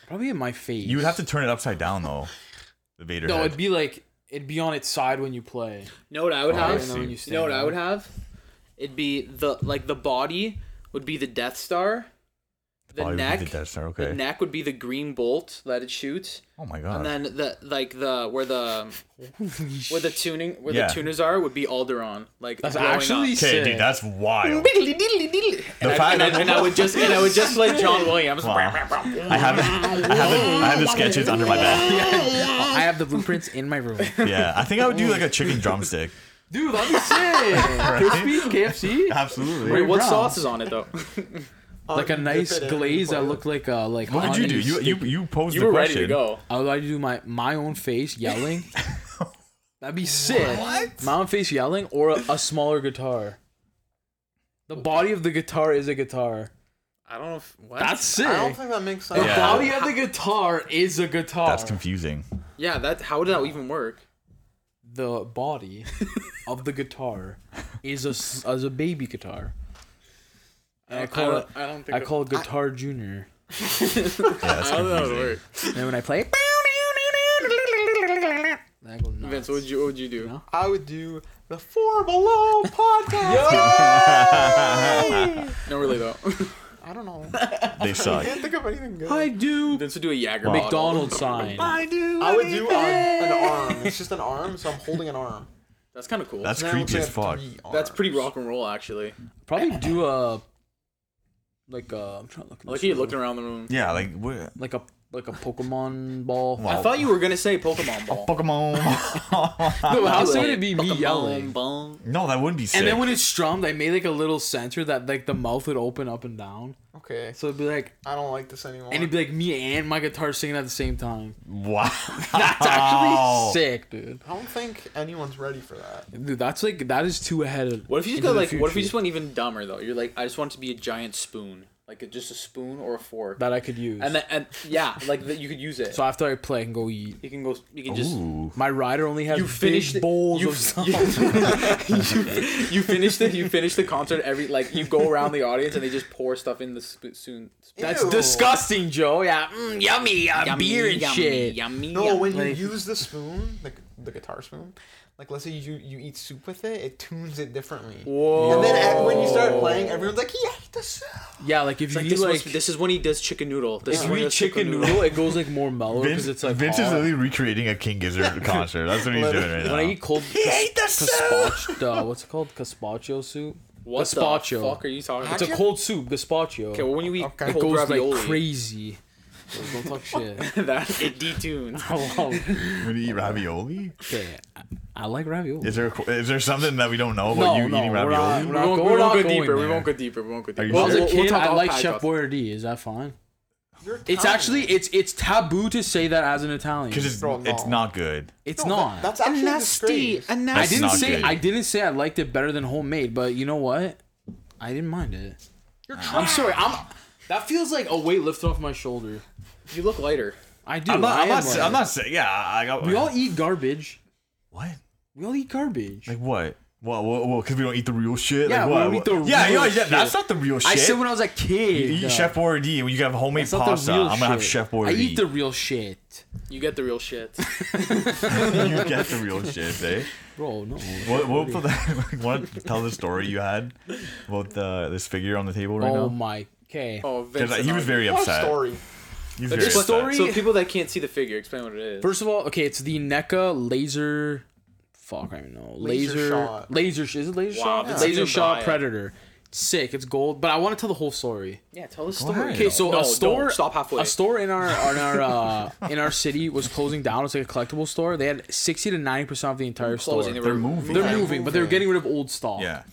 Probably in my face.
you would have to turn it upside down though. The Vader.
No,
head.
it'd be like it'd be on its side when you play.
know what I
Oh,
would have?
I
And then
see.
when you
You know what
stand
I would
up.
have? It'd be the like the body would be the Death Star. The
Probably would
neck.
be the Death Star, okay.
The neck would be the green bolt that it shoots,
oh my
and
god.
then the like the where the where the tuning where
Yeah.
the tuners are would be Alderon. Like
That's
blowing up.
actually
Okay,
sick.
dude, that's wild.
Diddly diddly diddly. And, I,
fact
and, I,
that-
and I would just and I would just play John Williams.
Wow. I have it. I have it. I have the sketches under my
[laughs]
bed.
Oh, I have the blueprints in my room.
Yeah, I think I would do like a chicken drumstick.
[laughs] Dude, that'd be
[laughs]
sick. Crispy KFC.
Absolutely.
Wait, what
Brown.
sauce is on it though?
like a
dip
nice
it in
glaze that
before you-
looked like a like.
what would you do? You you you posed
You
the
were ready
question.
to go.
I would like to do my my own face
[laughs]
yelling. That'd be sick. What? My own face yelling or a, a smaller guitar. The body of the guitar is a guitar.
I don't know if what.
That's sick.
I don't think that makes sense.
The
Yeah.
body of the guitar is a guitar.
That's confusing.
yeah. That how would that even work?
the body of the guitar is a s- is a baby guitar. And I call it.
don't- Uh, I don't think
I call it Guitar Junior.
Yeah, that's confusing.
And when [laughs] I play, it, I go nuts.
Vince, what would you what would you do?
No.
I would do the Four
[laughs]
Below podcast.
No, really [laughs] though.
I don't know.
[laughs] They suck.
Can't think of anything good.
I do
Vince would do a Jagger. bottle.
McDonald's sign.
I would do um, an arm. It's just an arm, so I'm holding an arm.
That's kind of cool.
That's
So now
[laughs] creepy
we
as
have
fuck.
three
That's
arms.
pretty rock and roll, actually.
Probably do a like a. I'm trying to look.
I like how you're looking around the room.
Yeah, like what?
Like a like a Pokemon ball.
I thought you were gonna say Pokemon Ball.
Oh.
Pokemon. [laughs]
No, how sick would it be me
Pokemon
yelling?
Ball.
no, that wouldn't be sick.
And then when it's strummed, I made like a little sensor that like the mouth would open up and down.
Okay,
So it'd be like,
I don't like this anymore.
and it'd be like me and my guitar singing at the same time.
wow.
[laughs] That's actually
Oh.
sick, dude.
I don't think anyone's ready for that.
Dude, that's like that is too ahead of.
What if you just go
into the
like? What if you just
future
went even dumber though? You're like, I just want it to be a giant spoon, like a, just a spoon or a fork.
that I could use?
and then [laughs] and yeah, like that you could use it.
so after I play, I can go eat.
you can go. You can just.
Ooh.
My rider only has
You finish the,
big bowls
you,
of
[laughs]
stuff.
you, you- you finish the you finish the concert every like you go around the audience and they just pour stuff in the sp- soon.
[laughs] That's
Ew.
disgusting, Joe. Yeah, mm, yummy, uh, beer and shit.
Yummy.
No, when you use the spoon, the, the guitar spoon. Like let's say you you eat soup with it, it tunes it differently.
Whoa.
And then at, when you start playing, everyone's like, "Yeah, eat the soup."
Yeah, like if
It's like,
you
this,
like
was, this is when he does chicken noodle. This
if
is
you
when he
eat
does chicken,
chicken noodle, it goes like more mellow
Vince,
because it's like
Vince is
hot.
literally recreating a
[laughs]
King Gizzard concert. That's what he's doing right now.
When I eat cold
He ate the soup.
gazpacho, [laughs] uh, what's it called? Gazpacho soup.
What
gazpacho.
the fuck are you talking
It's a
about?
cold soup, gazpacho.
Okay, well, when you eat
Okay.
it
cold
goes
ravioli,
like crazy.
[laughs]
Don't talk shit.
that it detunes.
When you eat ravioli?
Okay, I, I like ravioli.
Is there a, qu- is there something that we don't know about
No,
you
no,
eating
we're
We
not-
ravioli?
won't,
we're
we
we're
won't go
going
deeper. We
there.
won't go deeper. We won't go
Are you
deeper.
Well,
sure? As a
we'll, we'll
kid,
talk-
I
I like
liked
Chef
Pie
Boyardee. Is that fine?
You're
It's
Italian.
actually it's it's taboo to say that as an Italian.
Because it's,
Bro, no.
it's not good.
it's
No,
not.
that- that's actually nasty.
and
I
That's
didn't
not
say
good.
I didn't say I liked it better than homemade, but you know what? I didn't mind it. I'm sorry. I'm. That feels like a weight lifted off my shoulder.
you look lighter.
I do.
I'm not.
I
I'm
am
not, sa-
right.
I'm not saying. Yeah, I got.
We all eat garbage.
what?
We all eat garbage.
Like what? Well, well, well, because we don't eat the real shit.
Yeah,
like,
we
what?
don't eat the
What- yeah,
real
yeah, yeah,
shit.
That's not the real shit.
I said when I was a kid.
you eat
uh,
Chef Boyardee when you have homemade
it's not the
pasta.
real
I'm gonna have
shit.
Chef Boyardee.
I eat the real shit,
You get the real shit.
[laughs] you get the real shit,
[laughs]
eh?
bro. No.
What? What? for the- [laughs] Want to tell the story you had about the this figure on the table right
Oh
now?
my. Okay.
Oh,
'Cause,
Vince.
uh, he was very
What
upset.
story?
He was very
just
upset.
story-
So people that can't see the figure, explain what it is.
First of all, okay, it's the NECA laser. Fuck, I don't know.
Laser
Laser. Laser
shot.
shot. Laser. sh- Is it laser
Wow,
shot?
that's
Laser
gonna
shot
buy it.
predator. It's sick. It's gold. But I want to tell the whole story.
yeah, tell the story.
ahead.
Okay, so
No,
a
don't.
store.
Stop halfway.
A store in our in our uh, in our city was closing down. It's like a collectible store. They had sixty to ninety percent of the entire store.
Closing. They
They're
were-
moving.
They're moving, but they're getting rid of old stock.
Yeah.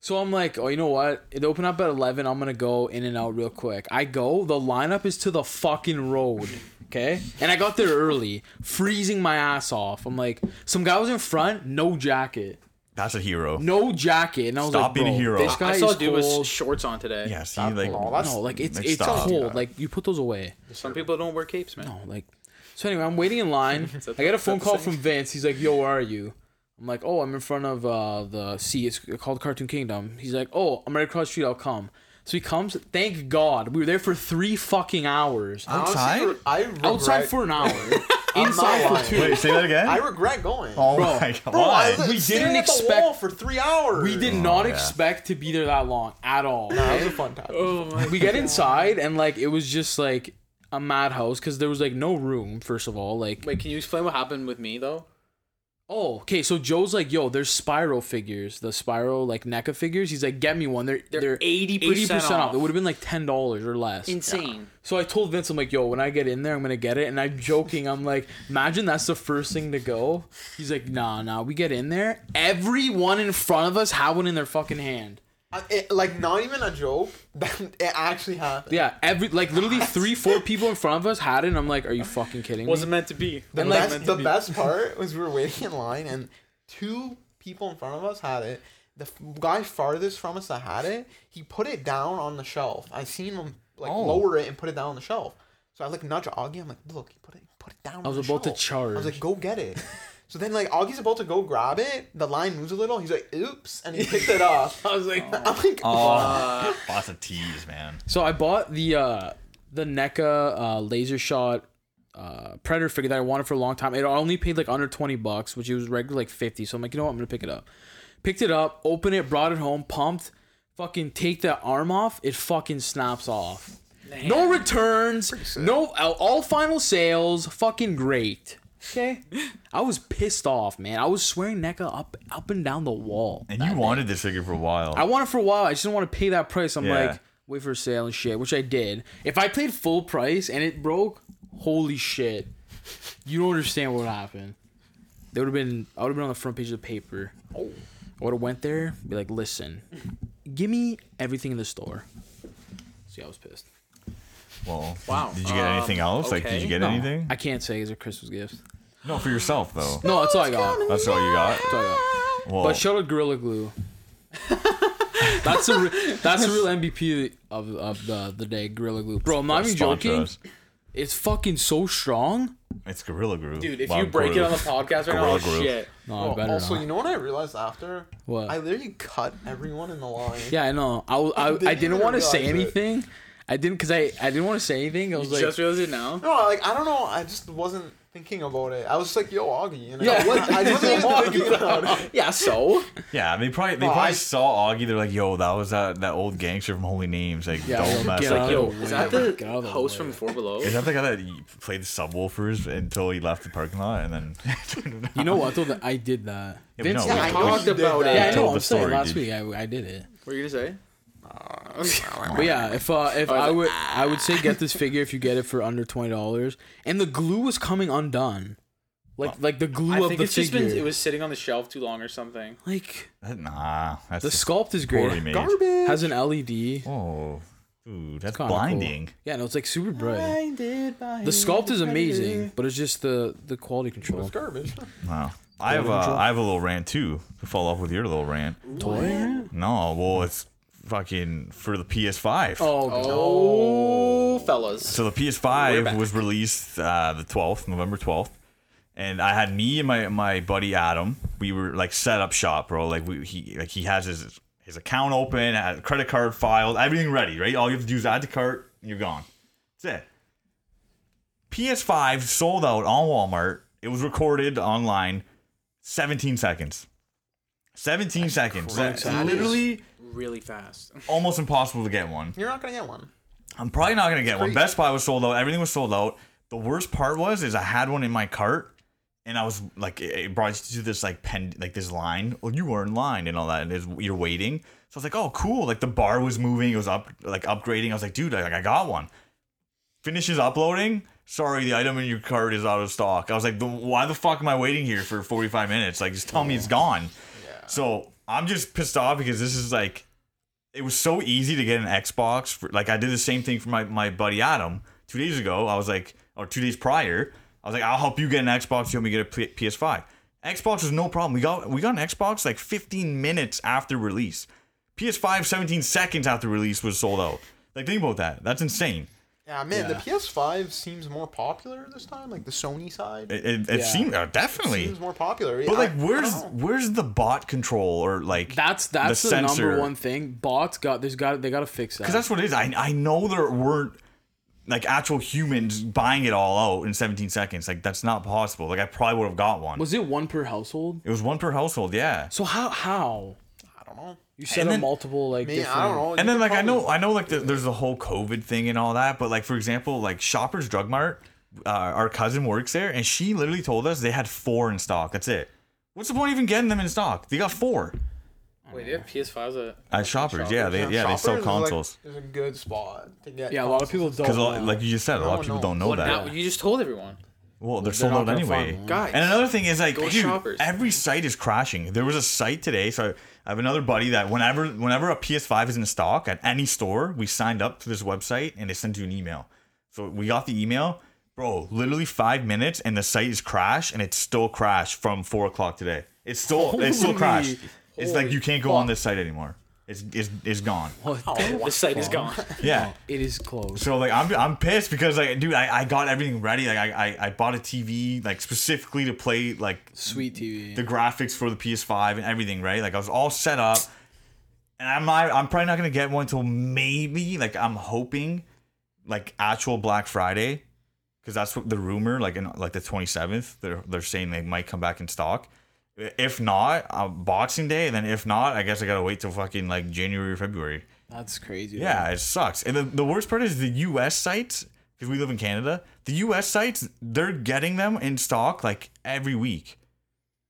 So I'm like, oh, you know what? It opened up at 11. I'm going to go in and out real quick. I go, the lineup is to the fucking road. Okay. And I got there early, freezing my ass off. I'm like, some guy was in front, no jacket.
That's a hero.
No jacket. And I was
Stop
like,
being a
"Bro,
hero."
This
I
guy
I saw
is
a dude with
cold.
shorts on today.
Yeah. See, like.
Oh, that's
no, like it's
Like,
it's
stop.
cold. Like you put those away.
Some people don't wear capes, man.
No, Oh, like so anyway, I'm waiting in line.
that-
I
[laughs]
get a
is
phone
that the
call
same?
from Vince. He's like, "Yo, where are you?" I'm like, "Oh, I'm in front of uh, the sea. It's called Cartoon Kingdom." He's like, "Oh, I'm right across the street. I'll come." So he comes. Thank God, we were there for three fucking hours.
honestly,
Outside?
I regret, [laughs]
Outside for an hour, [laughs] inside for
lying.
two.
Wait, say
[laughs]
that again.
I regret going.
oh
Bro.
my god.
Bro, I
Why?
was, like,
We
staring
didn't
at the
expect-
wall for three hours.
We did not
yeah.
expect to be there that long at all.
That was a fun time.
Oh my.
[laughs] we get inside and like it was just like a madhouse because there was like no room. First of all, like
Wait, can you explain what happened with me though?
Oh, okay. So Joe's like, yo, there's Spyro figures, the Spyro like NECA figures. He's like, get me one. They're
They're
they're
80% off.
It would have been like ten dollars or less.
Insane.
So I told Vince, I'm like, yo, when I get in there, I'm gonna get it. And I'm joking. I'm like, imagine that's the first thing to go. He's like, nah, nah. We get in there, everyone in front of us had one in their fucking hand.
I, it, like not even a joke. [laughs] That it actually happened.
Yeah, every like literally three, four people in front of us had it. And I'm like, are you fucking kidding me?
Wasn't meant to be.
The,
And, like,
best,
meant to
the
be. [laughs]
best part was we were waiting in line and two people in front of us had it. The f- guy farthest from us that had it, he put it down on the shelf. I seen him like
Oh.
lower it and put it down on the shelf. So I like nudge Augie. I'm like, look, he put it, put it down. I
was about to
I was
charge.
like, go
[laughs]
get it. so then like Augie's about to go grab it. The line moves a little. He's like, oops, and he picked it up.
[laughs] I was like,
I'm like,
Oh, lots of teas, man.
So I bought the uh the NECA uh, laser shot uh, predator figure that I wanted for a long time. It only paid like under twenty bucks, which it was regular like fifty. So I'm like, you know what, I'm gonna pick it up. Picked it up, opened it, brought it home, pumped. Fucking take that arm off, it fucking snaps off. No returns, no all, all final sales. Fucking great. Okay, I was pissed off, man. I was swearing NECA up up and down the wall.
And you wanted this figure for a while.
I want it for a while. I just didn't want to pay that price. I'm
Yeah.
like, wait for a sale and shit, which I did. If I paid full price and it broke, holy shit. You don't understand what would happen. They would have been I would have been on the front page of the paper. Oh. I would have went there, be like, listen, give me everything in the store. See, I was pissed.
well,
Wow.
Did you get
Um,
anything else? Like, did
okay.
you get
No,
anything?
I can't say these are Christmas gifts.
no, for yourself though.
No, that's all I got.
That's all you got.
That's all I got.
Well,
But shout out Gorilla Glue. [laughs] that's a re- that's a [laughs] real MVP of of the, the day, Gorilla Glue. Bro, I'm not even
sponsor
joking.
us.
It's fucking so strong.
It's Gorilla Groove.
Dude, if
Wow,
you break it
Gorilla
on the
Groove.
podcast right now,
Gorilla
oh,
Groove.
shit.
No,
Well,
I better
also,
not.
you know what I realized after?
What?
I literally cut everyone in the line.
yeah, I know. I was- I,
Didn't
I didn't
even
want to say
realize it.
anything. I didn't because I, I didn't want to say anything. I was
Just
like, "Oh
realized it now.
No, like I don't know. I just wasn't thinking about it. I was like, "Yo, Augie," and I,
Yeah.
what? I wasn't even thinking about it.
Yeah, so
Yeah, they probably they
Oh,
probably
I-
saw Augie. They're like, "Yo, that was that, that old gangster from Holy Names." Like,
Yeah,
don't
yo,
mess
get
up.
out
Yo,
of
is
Way
that the
get out of the
host
way.
from Four Below?
is that the guy that played subwoofers until he left the parking lot and then?
[laughs]
[laughs]
You know what? Though that I did that.
Yeah, we
Vince, yeah,
know, we
I,
know.
talked
did
about
that.
it.
yeah, I
told
know.
the
I'm saying
story,
last
dude.
week I, I did it.
What were you gonna say?
But yeah, if uh, if I would I would say get this figure if you get it for under twenty dollars. And the glue was coming undone, like like the glue
I
of
think
the
it's just
figure.
been it was sitting on the shelf too long or something.
like
Nah, that's
the
just
sculpt is
poorly
great.
made.
[laughs] Garbage.
Has an LED.
Oh, dude,
Kinda
that's
cool.
blinding.
Yeah, no, it's like super bright. The sculpt is amazing, but it's just the the quality control.
Garbage.
Wow. I have a, I have a little rant too to follow up with your little rant.
Toy?
No, well, it's fucking for the PS5.
Oh, God.
Oh, fellas.
So the PS5 was released uh, the 12th, November 12th, and I had me and my my buddy Adam. We were like set up shop, bro. Like we he like he has his his account open, had credit card filed, everything ready, right? All you have to do is add to cart, and you're gone. That's it. PS5 sold out on Walmart. It was recorded online, 17 seconds. 17 seconds. That's literally
Really
[laughs]
fast.
almost impossible to get one.
You're not gonna get one.
I'm probably not gonna get one. Best Buy was sold out. Everything was sold out. The worst part was is I had one in my cart, and I was like, it- it brought you to this like pen, like this line. Well, you were in line and all that, and it's, you're waiting. So I was like, oh, cool. Like the bar was moving. It was up, like upgrading. I was like, dude, I, like I got one. Finishes uploading. Sorry, the item in your cart is out of stock. I was like, "The- why the fuck am I waiting here for 45 minutes? Like, just tell me it's gone. So I'm just pissed off because this is like it was so easy to get an Xbox. For, like I did the same thing for my, my buddy Adam two days ago. I was like, or two days prior, I was like, I'll help you get an Xbox. You help me get a P- PS5. Xbox was no problem. We got we got an Xbox like 15 minutes after release. PS5 17 seconds after release was sold out. Like think about that. That's insane.
Yeah, man. The
Yeah.
PS5 seems more popular this time. Like the Sony side
It, it, it
Yeah.
seemed uh, definitely.
seems more popular.
but like,
I- I
where's
don't know.
where's the bot control or like
That's that's the, number
sensor?
one thing. Bots got there's got they got to fix that.
Because that's what it is. I, I know there weren't like actual humans buying it all out in 17 seconds. Like that's not possible. Like I probably would have got one.
was it one per household?
it was one per household, yeah.
So how how
I don't know.
you set
And
up
then-
multiple like
Man,
different,
I don't know. You
And then
could
like I
probably-
know I know like the, there's the whole COVID thing and all that, but like for example, like Shoppers Drug Mart, uh, our cousin works there, and she literally told us they had four in stock. That's it. What's the point of even getting them in stock? They got four
Wait, they have PS5s at
at Shoppers. Yeah, they yeah they sell
Shoppers is, like,
consoles.
Is a good spot to get.
Yeah, a lot of people
consoles.
don't.
Because
know. [laughs]
like you just said, a lot of people
no.
don't know
Well,
that.
now you just told everyone.
Well,
They're
they're sold
not
out
gonna
anyway.
find one.
Guys,
and another thing is like,
go
dude,
shoppers.
every site is crashing. There was a site today, so I have another buddy that whenever whenever a PS5 is in stock at any store, we signed up to this website and they send you an email. So we got the email, bro. Literally five minutes, and the site is crashed, and it's still crashed from four o'clock today. It's still it's still
Holy-
crashed. It's like you can't go on
fuck.
this site anymore. It's it's, it's gone.
What the-
the site is gone.
Yeah.
Oh, it is closed.
So like I'm I'm pissed because like dude I, I got everything ready like I, I I bought a TV like specifically to play like
Sweet TV.
the graphics for the PS5 and everything, right? Like I was all set up, and I'm not, I'm probably not gonna get one until maybe like I'm hoping like actual Black Friday, because that's what the rumor like in like the 27th they're they're saying they might come back in stock. If not, uh, Boxing Day, and then if not, I guess I gotta wait till fucking like January or February.
that's crazy.
Yeah, it sucks. And the, the worst part is the US sites, because we live in Canada, the US sites, they're getting them in stock like every week.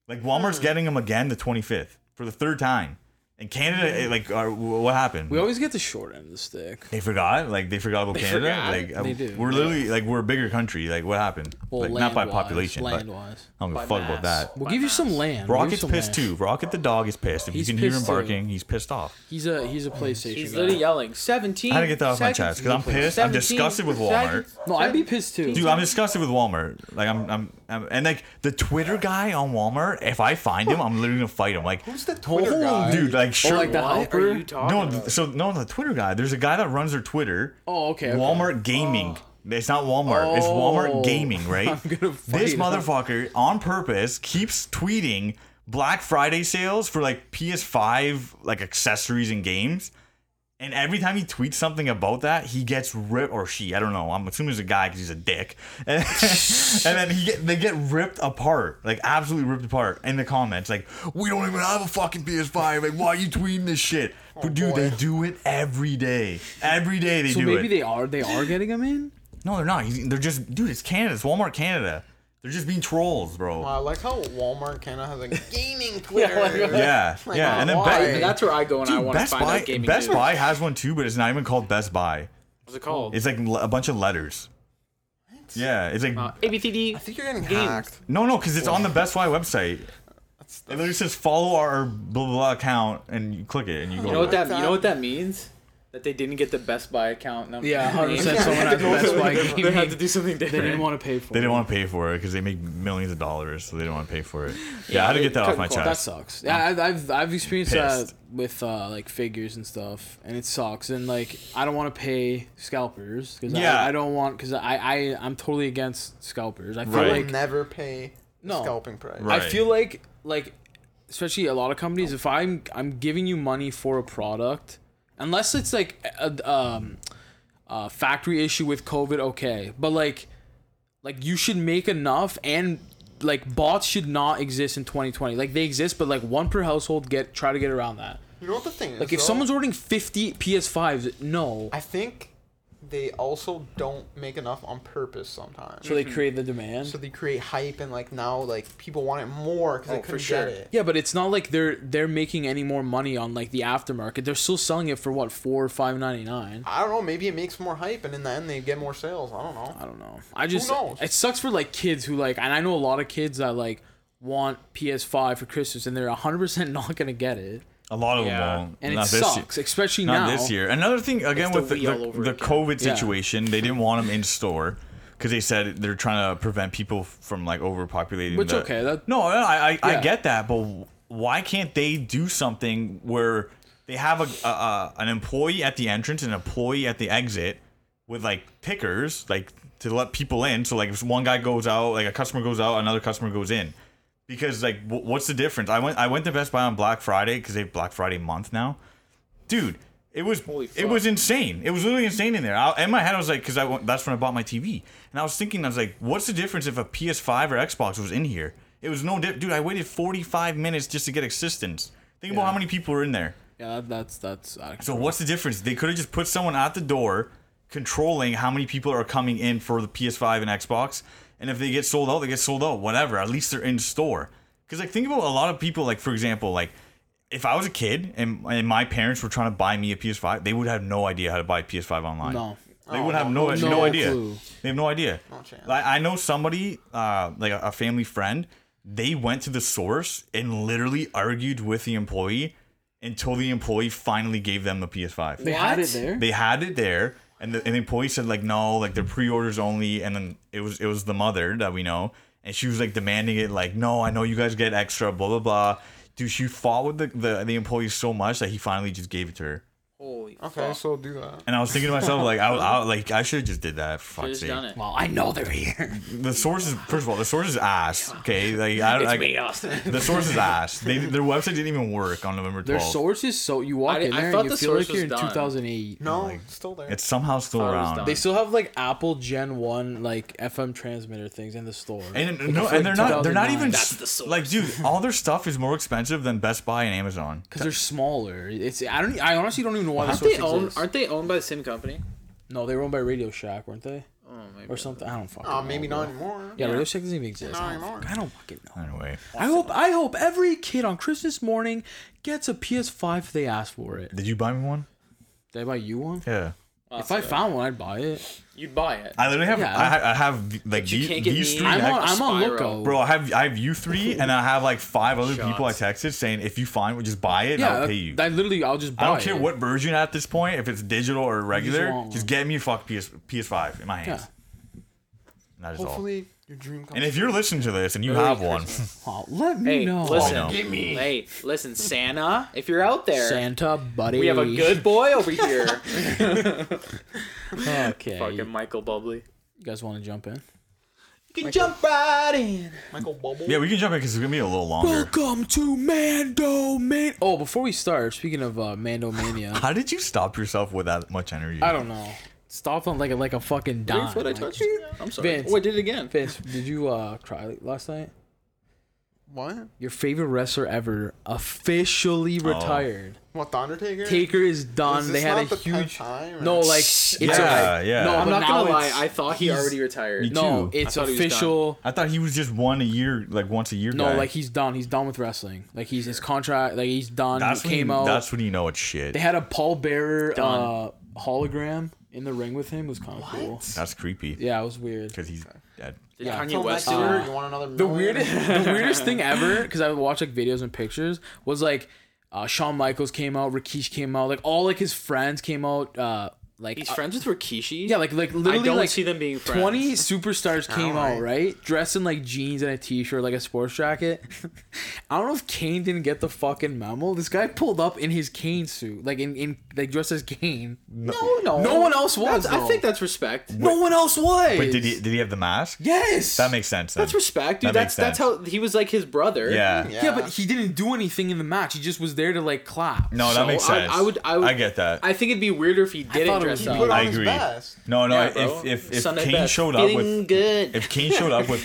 Like
Hmm.
Walmart's getting them again the 25th for the third time. In Canada, it, like, are, wh- what happened?
Hmm. we always get the short end of the stick.
they forgot, like they forgot about Canada.
forgot.
Like uh,
They do.
we're literally like we're a bigger country. Like what happened?
Well,
like not by
land-wise,
population, but I
land-wise.
don't give a
By
fuck about
mass.
that.
We'll
By
give you
mass.
some land. We'll give you
Rocket's
some
pissed
land.
too. Rocket the dog is pissed. If
He's
you can hear him
pissed too.
barking, he's pissed off.
He's a he's a PlayStation.
He's
guy.
literally yelling, 17
I had to get that off my chest because I'm pissed. I'm disgusted with Walmart.
No, I'd be pissed too.
Dude, I'm disgusted with Walmart. Like, I'm, I'm, I'm, and like the Twitter guy on Walmart. If I find him, I'm literally gonna fight him. Like,
Who's the Twitter
Oh,
guy?
dude, like, sure.
like the
What
helper.
are you talking
no,
about?
[laughs]
th- so no, the Twitter guy. There's a guy that runs their Twitter.
Oh, okay, okay.
Walmart Gaming. It's not Walmart. It's
Oh.
Walmart Gaming,
[laughs]
right?
I'm gonna fight
this
him.
motherfucker on purpose keeps tweeting Black Friday sales for like PS5 like accessories and games. And every time he tweets something about that, he gets ripped or she. I don't know. I'm assuming it's a guy because he's a dick. [laughs] And, [laughs] and then he get, they get ripped apart, like absolutely ripped apart in the comments. Like we don't even have a fucking PS5. Like why are you tweeting this shit? but dude, they do it every day. Every day they
So
do
maybe
it.
they are they are getting him in.
no, they're not. He's, they're just dude. It's Canada. It's Walmart Canada. They're just being trolls, bro.
I like how Walmart kind of has a gaming Twitter.
Yeah, yeah.
God,
and then
why?
Be-
Hey.
That's where I go when I
Dude,
want to
Best
find
Buy,
out gaming.
Best
news.
Buy has one too, but it's not even called Best Buy.
What's it called?
It's like l- a bunch of letters. Yeah, it's like
Uh, ABCD.
I think you're getting
Games.
hacked.
no, no, because it's on the Best Buy website.
That's,
It literally says follow our blah blah, blah account, and you click it, and you go.
You know what
to it.
that? You know what that means? That they didn't get the Best Buy account number.
Yeah,
Name.
100% someone at Best Buy
They had to
Gaming.
do something
They didn't
different.
want to pay for.
they
it.
didn't want to pay for it because they make millions of dollars, so they don't want to pay for it. Yeah, I had to get that
cut
off my
the cord.
That
chest.
sucks. Yeah, I've I've, I've experienced that
pissed.
with uh, like figures and stuff, and it sucks. And like I don't want to pay scalpers because
Yeah.
I, I don't want because I I I'm totally against scalpers. I feel
Right.
I'll
like
never pay the
No.
scalping price.
Right.
I feel like like especially a lot of companies if I'm I'm giving you money for a product unless it's like a, a- um a factory issue with covid okay but like like you should make enough and like bots should not exist in 2020 like they exist but like one per household get try to get around that
You know what the thing is?
like if
though?
someone's ordering 50 ps5s no
I think they also don't make enough on purpose sometimes.
so they create the demand
so they create hype and like now like people want it more because they
Oh, for
couldn't
sure.
get it.
Yeah, but it's not like they're they're making any more money on like the aftermarket. They're still selling it for what four or five ninety nine.
I don't know. Maybe it makes more hype, and in the end, they get more sales. I don't know.
I don't know. I just
knows?
it sucks for like kids who like, and I know a lot of kids that like want PS five for Christmas, and they're hundred percent not gonna get it,
A lot of
Yeah.
them won't.
and
Not
it
this year.
sucks, especially
Not
now.
this year. Another thing again
the
with the,
Wii all
the,
over
the
again.
COVID
Yeah.
situation, they didn't want them in store because they said they're trying to prevent people from like overpopulating.
Which
the-
okay, that-
no, no, I I, I
Yeah.
get that, but why can't they do something where they have a, a, a an employee at the entrance and an employee at the exit with like pickers, like to let people in. So like if one guy goes out, like a customer goes out, another customer goes in. Because like, w- what's the difference? I went, I went to Best Buy on Black Friday because they have Black Friday month now dude it was it
fuck.
was insane it was literally insane in there I, in my head i was like because i went- that's when i bought my tv and i was thinking i was like what's the difference if a ps5 or xbox was in here it was no different dude i waited 45 minutes just to get assistance think about how many people were in there
Yeah, that, that's that's. I,
so what's the difference they could have just put someone at the door controlling how many people are coming in for the ps5 and xbox and if they get sold out they get sold out whatever at least they're in store because like think about a lot of people like for example like if I was a kid and, and my parents were trying to buy me a PS5, they would have no idea how to buy a PS5 online.
No.
They would have Oh, no, no,
no
idea.
clue.
They have no idea.
chance.
Like, I know somebody, uh, like a, a family friend, they went to the source and literally argued with the employee until the employee finally gave them a PS5.
they had
What?
it there.
They had it there, and the, and the employee said like no, like they're pre-orders only, and then it was it was the mother that we know, and she was like demanding it like no, I know you guys get extra, blah blah blah. Dude, she fought with the the, the employee so much that he finally just gave it to her.
Holy
Okay,
fuck.
so do that.
And I was thinking to myself like I, I like I should have just did that. For fuck's
Just
sake.
done it.
well, I know they're here.
The source is first of all the source is ass. Okay, like I,
It's
I,
me, Austin.
the source is ass. They, their website didn't even work on November
Their
twelfth.
source is so you walk
I-
in
I
there
thought
and
the
you feel like
source was
you're in
done.
2008.
No, it's still there.
it's somehow still
Thought it was
around.
done.
They still have like Apple Gen One like FM transmitter things in the store.
And
Like,
no,
it's
and
like
they're not. They're not
2009.
even
That's the source.
like, dude. All their stuff is more expensive than Best Buy and Amazon.
Because they're smaller. It's I don't. I honestly don't even know why the
Aren't
source
they owned?
exists.
Aren't they owned by the same company?
No, they were owned by Radio Shack, weren't they?
Oh, maybe.
Or something. I don't fucking.
Uh,
know,
maybe
bro.
not anymore.
Yeah, Radio Shack doesn't even exist.
Not
I don't
anymore.
fuck- I don't fucking know.
Anyway,
I hope I hope every kid on Christmas morning gets a PS5 if they ask for it.
did you buy me one?
Did I buy you one?
Yeah.
if I found one, I'd buy it.
You'd buy it.
I literally have.
Yeah.
I, ha- I have like
you
the-
can't get
these
me-
three.
I'm
I-
on. I'm on
Spyro.
lookout.
Bro, I have I have you three, and I have like five other people I
Shots.
texted saying if you find, one, just buy it. and
yeah,
I'll
that-
pay you.
I literally, I'll just buy
I
it.
don't care what version at this point, if it's digital or regular,
want
just,
one.
get me a fuck PS PS5 in my hands.
Yeah.
And That is all.
Hopefully, your dream comes.
And if you're listening to this and you have one,
Oh, let me
Hey,
know.
listen.
Oh, no. Give
me. Hey, listen, Santa. If you're out there,
Santa buddy.
we have a good boy
[laughs]
over here. [laughs]
Okay.
Fucking Michael Bubbly.
You guys want to jump in?
can jump right in.
Michael Bubble.
[laughs] Yeah, we can jump in because it's gonna be a little longer.
Welcome to Mando Man. Oh, before we start, speaking of uh, Mando
[laughs]
Mania,
How did you stop yourself with that much energy?
I don't know. Stop on like a, like a fucking dime.
What I
like,
touched you? I'm sorry.
Vince.
Oh, I did it again.
Vince, [laughs] did you uh, cry last night?
What?
Your favorite wrestler ever officially
Oh.
retired.
What, The Undertaker?
Taker is done.
Is this
they had
not
a
the tenth
huge.
time, or-
no, like it's
Yeah,
okay.
yeah.
No,
I'm
but
I'm not
now
gonna lie.
it's-
I thought he
he's-
alty retired.
Me
no,
too.
it's
I thought he was
official.
I thought he was just one a year, like once a year.
No,
guy.
like he's done. He's done with wrestling. Like he's his contract. Like he's done.
that's
he
when
came
you,
out.
That's when you know it's shit.
They had a Paul Bearer uh,
Done.
hologram in the ring with him. It was kind of cool.
That's creepy.
Yeah, it was weird.
because he's dead.
Did
Yeah.
Kanye
Till
West
next
do
year,
it?
you want another
The
million?
weirdest, the weirdest thing ever, because I would watch like videos and pictures, was like uh, Shawn Michaels came out, Rikishi came out, like all like his friends came out. Uh, like
He's
uh,
friends with Rikishi.
Yeah, like like literally
don't
like
see them being friends.
twenty superstars came out
Alright.
right, dressed in like jeans and a t-shirt, like a sports jacket. [laughs] I don't know if Kane didn't get the fucking memo. This guy pulled up in his Kane suit, like in in like dressed as Kane.
no, no,
No one else was.
That's, I
though.
think that's respect.
no one else was.
Wait, did he did he have the mask?
Yes.
that makes sense. Then.
That's respect, dude.
That makes
that's that's how he was like his brother.
Yeah.
Yeah.
Yeah. but he didn't do anything in the match. He just was there to like clap.
No, that
So
makes
I-
sense.
I would- I would-
get that.
I think it'd be weirder if he
thought
didn't
it
dress
was
up.
[laughs] Put on
I
his
agree.
best.
no, no.
Yeah, bro.
if if if
Sunday
Kane
best.
showed up
Feeling
with
good.
if Kane showed up with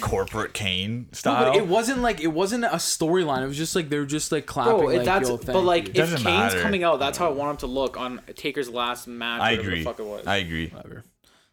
[laughs]
corporate Kane
No,
style,
but it wasn't like it wasn't a storyline. It was just like they were just like clapping.
Bro,
like,
that's
Yo,
but like
you.
It
if
doesn't
Kane's
matter. Mm.
coming out, that's how I want him to look on Taker's last match.
I
whatever
agree.
The fuck it was.
I agree.
whatever.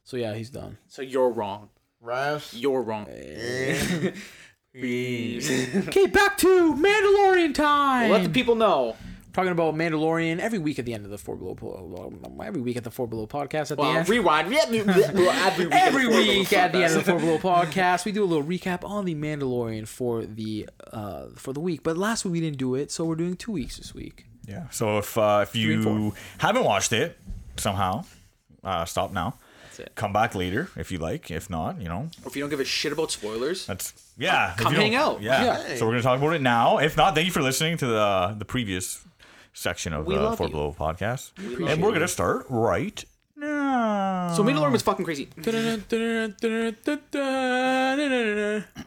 So yeah, he's done.
so you're wrong.
Refs.
You're wrong.
Eh.
[laughs]
[laughs]
Okay, back to Mandalorian time.
Let the people know.
talking about Mandalorian every week at the end of the Four Below po- every week at the Four Below podcast at
Well,
the end.
rewind. every week,
Every week at the end of the Four
[laughs]
Below podcast, we do a little recap on the Mandalorian for the uh, for the week. But last week we didn't do it, so we're doing two weeks this week.
Yeah. So if uh, if
and
you
four.
haven't watched it somehow, uh, stop now. That's
it.
Come back later if you like. If not, you know
If you don't give a shit about spoilers,
that's yeah. if
come
you don't-
hang out.
Yeah.
Yeah.
So we're gonna talk about it now. If not, thank you for listening to the the previous section of
We
the
love
Four
you.
Below podcast,
appreciate
and we're gonna start right now.
Uh.
so Mandalorian was fucking crazy.
Yeah,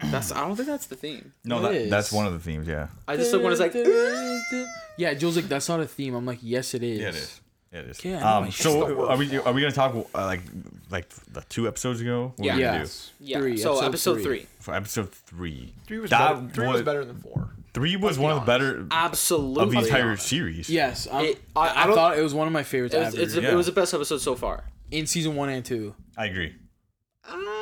That's I don't think that's the theme.
No,
It
that, that's
is.
one of the themes. Yeah.
I just like when it's like
Joe's like, that's not a theme. I'm like, yes, it is.
Yeah, it is. It is.
Yeah, I know,
um,
it's
so are we are we gonna talk uh, like like the two episodes ago? What
Yeah.
Are we gonna
Yeah.
do?
yeah.
Three,
so
episode
episode three.
three.
For episode three.
Three was,
That
better, three
was-
was better than four.
Three was one of the better
Absolutely.
of the entire series.
Yes, I'm,
It- I- I
I, I,
don't-
thought it was one of my favorites
It was,
ever.
it's a-
Yeah.
it was the best episode so far.
in season one and two.
I agree.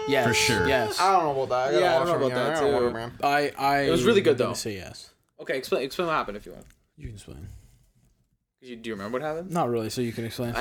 Yes,
For sure.
Yes,
I don't know about that. I gotta
Yeah, I don't
watch
know
it
about
again.
that,
I don't
too.
want it, man.
I, I.
It was really good,
I'm gonna
though.
Say yes.
Okay, explain explain what happened if you want.
You can explain.
You, do you remember what happened?
Not really. So you can explain.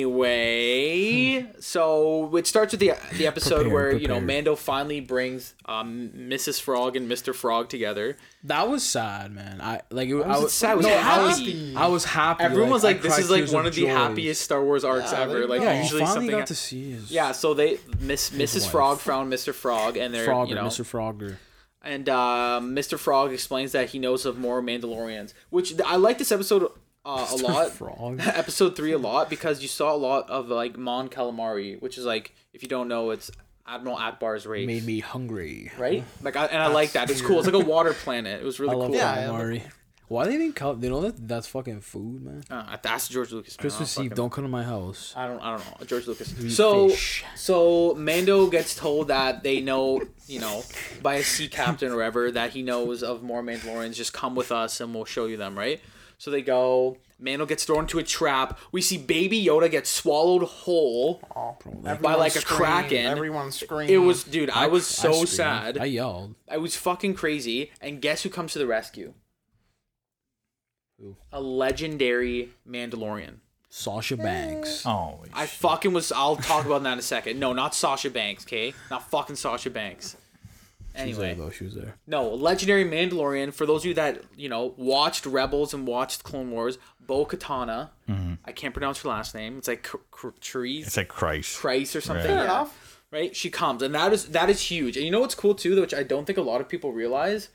[laughs]
Anyway, so it starts with the the episode
Prepared,
where you know
prepared.
Mando finally brings um, Mrs. Frog and Mr. Frog together.
That was sad, man. I like. It, I
wasn't
was
sad, it was
no, I
happy.
was. I was happy.
Everyone was
I
like, "This
cried
is like
tears
one of the
joy."
happiest Star Wars arcs
Yeah,
ever."
they-
Like
Yeah, you
usually
finally
something.
got to see. His
yeah, so they Miss Mrs.
wife.
Frog found Mr. Frog, and they're
Frogger,
you know,
Mr. Frogger.
and uh, Mr. Frog explains that he knows of more Mandalorians, which th- I like this episode uh, a lot. [laughs]
Frog.
episode three a lot because you saw a lot of like Mon Calamari, which is like if you don't know, it's Admiral Akbar's race,
Made me hungry. [laughs]
right? Like, I, and I like that. It's cool. It's like a water planet. It was really
I love
cool.
Yeah,
calamari. Why they didn't call? They know that that's fucking food, man.
Uh, that's George Lucas. man. I don't
Christmas Eve,
fucking-
don't come to my house.
I don't. I don't know. George Lucas. So,
fish.
so Mando gets told that they know, you know, by a sea captain or whatever, that he knows of more Mandalorians. Just come with us, and we'll show you them. Right. So they go. Mando gets thrown into a trap. We see Baby Yoda get swallowed whole.
Everyone
like, a kraken.
Everyone screamed.
It was, dude. I, was
I
so
screamed.
sad.
I
I,
yelled.
was fucking crazy. And guess who comes to the rescue?
Who?
A legendary Mandalorian.
Sasha Banks.
Oh,
I fucking was. I'll talk about that in a second. No, not Sasha Banks. Okay, not fucking Sasha Banks.
She was there
Anyway,
though. oh, She was there.
no legendary Mandalorian. For those of you that you know watched Rebels and watched Clone Wars, Bo Katana. I can't pronounce her last name. It's like Trees
Mm-hmm. it's like Christ.
Price or something.
Fair
yeah.
enough.
Right? She comes, and that is that is huge. And you know what's cool too, which I
Oh,
don't think a lot of people realize,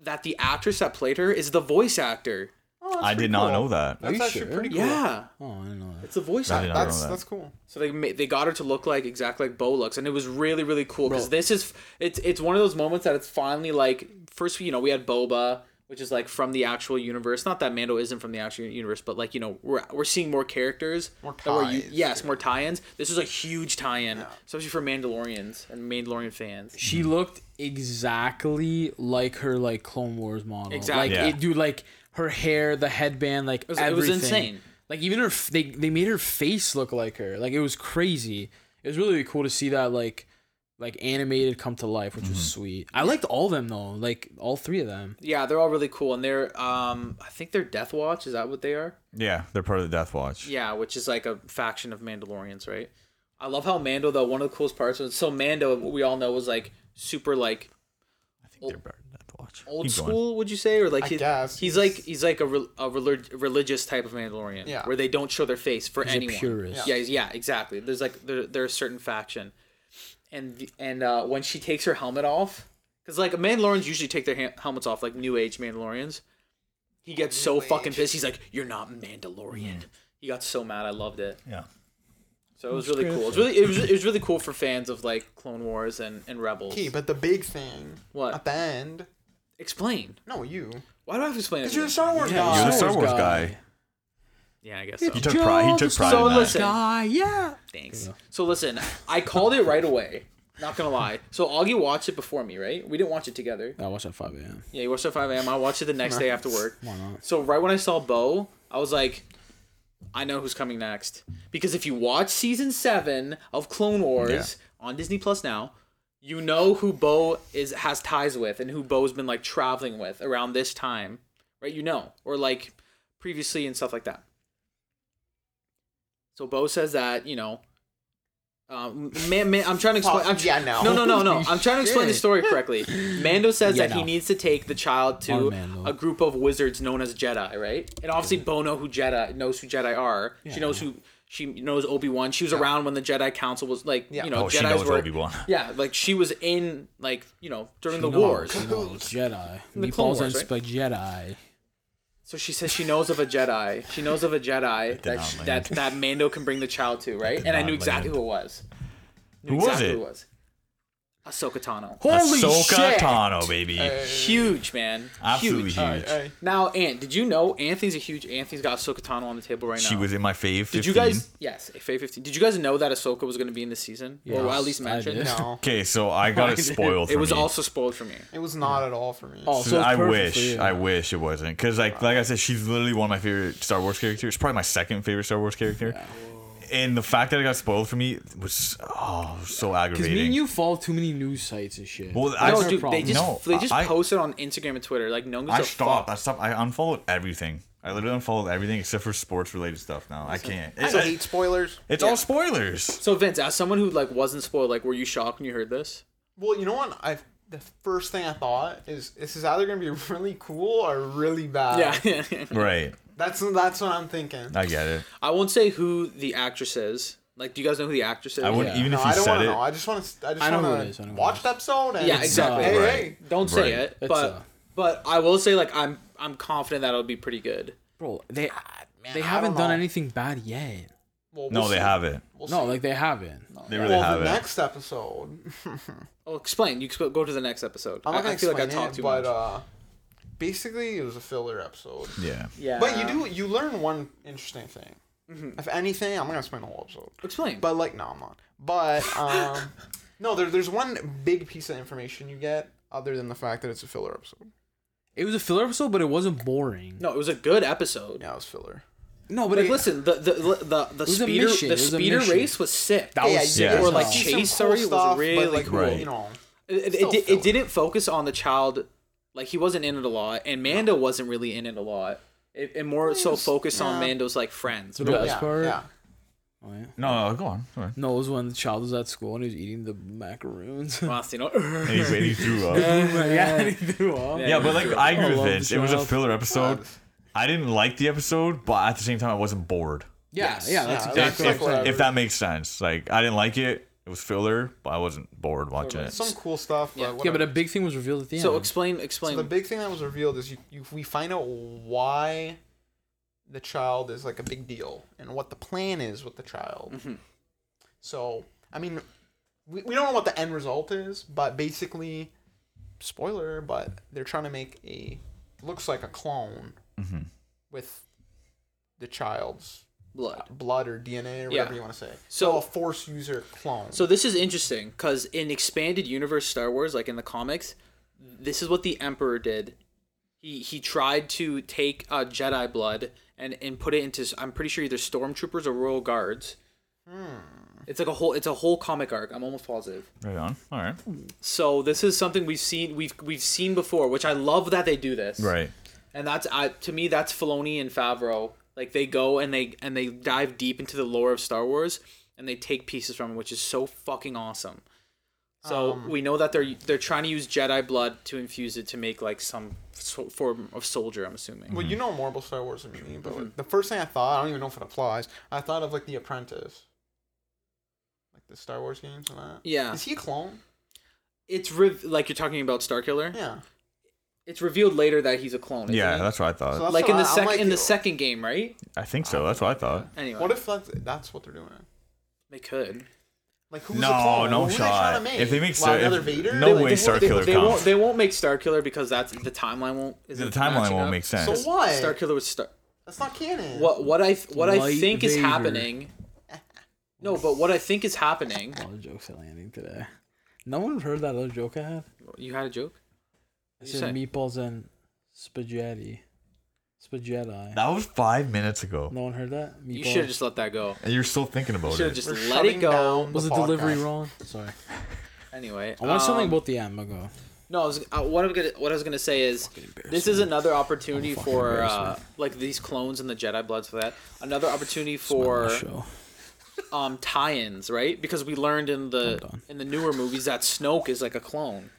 that the actress that played her is the voice actor
I did not know that.
That's
you
actually
sure?
pretty cool.
Yeah,
Oh, I didn't know that.
it's the voice.
I did not
That's
know that.
that's cool.
So they ma- they got her to look like exactly like Bo looks, and it was really really cool because this is it's it's one of those moments that it's finally like first you know we had Boba, which is like from the actual universe. Not that Mando isn't from the actual universe, but like you know we're we're seeing more characters, more
ties.
yes, more tie-ins. This is a huge tie-in, especially for Mandalorians and Mandalorian fans.
She looked exactly like her like Clone Wars model.
Exactly.
Like
Yeah.
it dude like her hair, the headband, like
was- it was
everything.
insane.
Like even her f- they they made her face look like her. Like it was crazy. It was really, really cool to see that like like animated come to life, which was sweet. I liked all of them though. Like all three of them.
Yeah, they're all really cool, and they're um I think they're Death Watch. Is that what they are?
Yeah, they're part of the Death Watch.
Yeah, which is like a faction of Mandalorians, right? I love how Mando though. One of the coolest parts was so Mando. We all know was like super like
I think they're part of the Death Watch.
old
Keep going.
school. Would you say or like
I
he-
guess.
he's like he's like a, re- a relig- religious type of Mandalorian,
Yeah.
where they don't show their face for
a
anyone.
purist.
Yeah, he's- yeah, exactly. There's like there there's a certain faction, and the- and uh, when she takes her helmet off, because like Mandalorians usually take their ha- helmets off, like New Age Mandalorians. He gets so fucking pissed. He's like, "You're not
Mm.
Mandalorian." He got so mad. I loved it.
Yeah.
So it was really cool. It was really it was, it was really cool for fans of like Clone Wars and and Rebels.
Okay, but the big thing
What?
at the end.
Explain.
No, you.
Why do I have to explain it?
Because you're the Star Wars
You're
guy.
the Star
Wars
Wars
guy.
guy.
Yeah, I guess so.
He took pride. He took pride
So
in that.
listen,
Ah, yeah.
Thanks. So listen, I called it right away. Not gonna lie. So Augie watched it before me, right? We didn't watch it together.
I watched at five AM.
Yeah, you watched it at 5 a.m. I watched it the next day after work. So right when I saw Bo, I was like, I know who's coming next. Because if you watch season seven of Clone Wars on Disney Plus now, you know who Bo is has ties with and who Bo's been like traveling with around this time. Right? You know. Or like previously and stuff like that. So Bo says that, you know, um, man, man, I'm trying to explain.
Fuck,
I'm tr-
yeah, no.
no, no, no, no. I'm trying to explain the
Shit.
story correctly. Mando says
Yeah,
that he
no.
needs to take the child to
Our Mando.
a group of wizards known as Jedi, right? And obviously, Bo know who Jedi knows who Jedi are. she knows who she knows Obi Wan. She was around when the Jedi Council was like, you know,
Oh, she
Jedi's
knows
were.
Obi-Wan.
Yeah, like she was in like you know during the
No,
wars.
no, Jedi.
The Clone
Meatballs and
Wars, right?
spaghetti.
So she says she knows of a Jedi. She knows of a Jedi that
not
sh
land.
that that Mando can bring the child to, right? And I
not
knew exactly
land.
who it was. Knew
Who was
exactly
it?
Who it was. Ahsoka Tano.
Ahsoka Tano, baby.
Huge man.
Absolutely huge.
Hey,
Now, Ant, did you know Anthony's a huge? Anthony's got Ahsoka Tano on the table right now.
She was in my fave. 15.
Did you guys? Yes, a Faye fifteen. Did you guys know that Ahsoka was going to be in this season, or at least
I
mentioned?
did.
[laughs] no,
Okay, so I got it spoiled.
It
for
was
me.
also spoiled for me.
it was not at all for me.
Oh, so it's perfect
I
for
wish,
you.
I wish it wasn't, because like, like I said, she's literally one of my favorite Star Wars characters. She's probably my second favorite Star Wars character, and the fact that it got spoiled for me was oh so
Because
aggravating.
me and you follow too many news sites and shit.
well, I,
That's
No,
our
dude, they
problem.
just
No,
they just
I-
posted on Instagram and Twitter. Like no one gives
I
a
stopped. I
fuck.
stopped. I unfollowed everything. I literally unfollowed everything except for sports related stuff. Now I can't. It's,
I hate spoilers.
it's all spoilers.
So Vince, as someone who like wasn't spoiled, like were you shocked when you heard this?
Well, you know what? I the first thing I thought is this is either gonna be [laughs] really cool or really bad.
Yeah, [laughs]
Right.
that's that's what I'm thinking.
I get it.
I won't say who the actress is. Like, do you guys know who the actress is?
I wouldn't
Yeah.
even
No,
if you
I don't
said
want to
it.
know. I just want to. I just
I know who
want
it is, I
to
know who
watch
it is.
the episode. And
Yeah, exactly.
Hey,
Right.
hey.
Don't say
Right.
it,
It's,
but
uh,
but I will say like I'm I'm confident that it'll be pretty good.
bro, they they
I
haven't
don't
done
know.
anything bad yet.
Well,
No,
we'll
they
see.
haven't.
We'll
No,
see.
like they haven't.
They really
well,
haven't.
the next episode.
Oh, explain. You exp- go to the next episode.
I'm
I-
not gonna
I feel
explain
like I
it,
talked too
but
much.
uh, basically it was a filler episode.
yeah.
yeah,
But you do you learn one interesting thing.
Mm-hmm.
If anything, I'm not gonna explain the whole episode.
explain.
But like, no, I'm not.
[laughs]
But um, no, there, there's one big piece of information you get other than the fact that it's a filler episode.
It was a filler episode, but it wasn't boring.
no, it was a good episode.
Yeah, it was filler.
No, but
Like,
it,
listen, the the the the, the
was a
speeder
mission, it
the
was a
speeder
mission.
race was sick.
That was
yeah,
you
Or,
get
like,
some
chase
cool
story was
stuff, but,
really
like,
cool.
You know,
it, it,
still
di-
filler.
it didn't focus on the child. Like he wasn't in it a lot, and Mando wasn't really in it a lot. It, it more so focused on Mando's like friends.
the best
yeah,
part.
yeah.
Oh, yeah.
No, no, go on. Go on.
No, it was when the child was at school and he was eating the macaroons.
Ross, you know,
And he,
[laughs]
and he threw
[laughs]
up.
yeah, and he threw up.
Yeah, but like I agree
I
with
love
Vince.
the
It was a
child.
filler episode. I didn't like the episode, but at the same time, I wasn't bored.
Yeah, yeah, that's
Yeah,
exactly
like
what I'm saying.
whatever.
If that makes sense, like I didn't like it. It was filler, but I wasn't bored watching it.
some cool stuff. But
Yeah,
Yeah,
whatever.
but a big thing was revealed at the end.
so explain explain.
the big thing that was revealed is you, you we find out why the child is like a big deal and what the plan is with the child.
Mm-hmm.
So, I mean, we, we don't know what the end result is, but basically, spoiler, but they're trying to make a looks like a clone with the child's
blood.
blood or DNA or
Yeah.
whatever you want to say. So,
So-
a force user clone.
So this is interesting because in expanded universe Star Wars, like in the comics, this is what the Emperor did. He he tried to take uh, Jedi blood and and put it into s- I'm pretty sure either stormtroopers or royal guards. It's like a whole it's a whole comic arc. I'm almost positive.
Right on. All right.
So this is something we've seen we've we've seen before, which I love that they do this.
Right.
and that's I to me that's Filoni and Favreau. Like they go and they and they dive deep into the lore of Star Wars and they take pieces from it, which is so fucking awesome. So
Um,
we know that they're they're trying to use Jedi blood to infuse it to make like some so- form of soldier. I'm assuming.
well, you know more about Star Wars than me, but
Mm-hmm.
like, the first thing I thought, I don't even know if it applies, I thought of like The Apprentice. Like the Star Wars games and that.
Yeah.
Is he a clone?
It's re- like you're talking about Starkiller.
Yeah.
It's revealed later that he's a clone. isn't
Yeah,
it?
that's what I thought.
So that's
like in the
what I- I'm
second
like,
in the second game, right?
I think so. That's what I thought.
Anyway,
What if that's, that's what they're doing?
they could.
Like who's
No,
a clone?
no
Who are they trying to
shot.
make?
If they make
Like,
Star- if-
another Vader?
no
Like,
way
they-
Star-
They,
Starkiller
they
comes.
won't. They won't make Starkiller because that's the timeline won't.
The
isn't
timeline
matching
won't
up.
make sense.
So what?
Starkiller was Star.
That's not canon.
What what I what
Light
I think is
Vader.
happening. No, but what I think is happening.
A lot of jokes at landing today. No one heard that other joke I had.
You had a joke.
I
You
said
say.
meatballs and spaghetti. Spaghetti.
That was five minutes ago.
No one heard that. Meatballs.
You should have just let that go.
And you're still thinking about
Should have
it.
just
We're
let
shutting
it go.
down
Was
the
the delivery
podcast.
wrong? Sorry.
Anyway,
I want something
um,
about the end. I'll go.
No, I was, uh, what I'm gonna what I was gonna say is this is another opportunity
fucking
for uh,
embarrassment.
like these clones and the Jedi Bloods for that. Another opportunity for
show.
um tie-ins, right? Because we learned in the
done.
in the newer movies that Snoke is like a clone.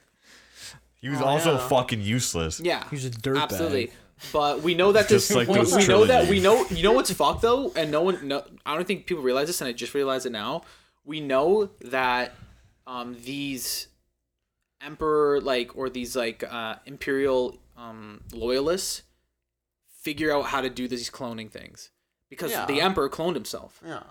He was also
yeah.
fucking useless.
Yeah,
He's a dirtbag.
Absolutely, but we know that this.
[laughs] Just like
we
those
we know that
trilogies.
we know. You know what's fucked though, and no one. No, I don't think people realize this, and I just realized it now. We know that um, these emperor like or these like uh, imperial um, loyalists figure out how to do these cloning things because
Yeah.
the emperor cloned himself.
Yeah.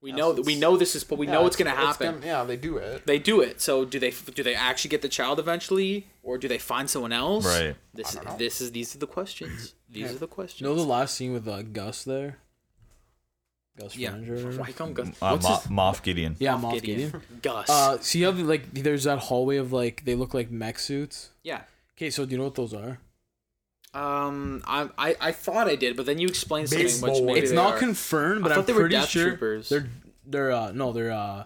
We
Yeah,
know
so
that we
it's-
know this is, but we
Yeah,
know it's gonna happen.
gonna- yeah, they do it.
they do it. So do they? Do they actually get the child eventually, or do they find someone else?
Right.
This
I don't know.
this is these are the
[laughs]
questions. These are the questions.
You know the last scene with uh, Gus there? Gus
yeah.
Fringer.
Why come Gus?
Uh,
What's
Mo-
his-
Moff Gideon.
Yeah, Moff
Gideon.
Gideon.
Gus.
Uh, see how the, like there's that hallway of like they look like mech suits.
yeah.
Okay, so do you know what those are?
Um. I, I I thought I did, but then you explained something
Big
which
boy.
maybe
it's
they
not
are.
confirmed, but
I
I'm
thought they were
pretty
Death
sure
Troopers.
they're they're uh no they're uh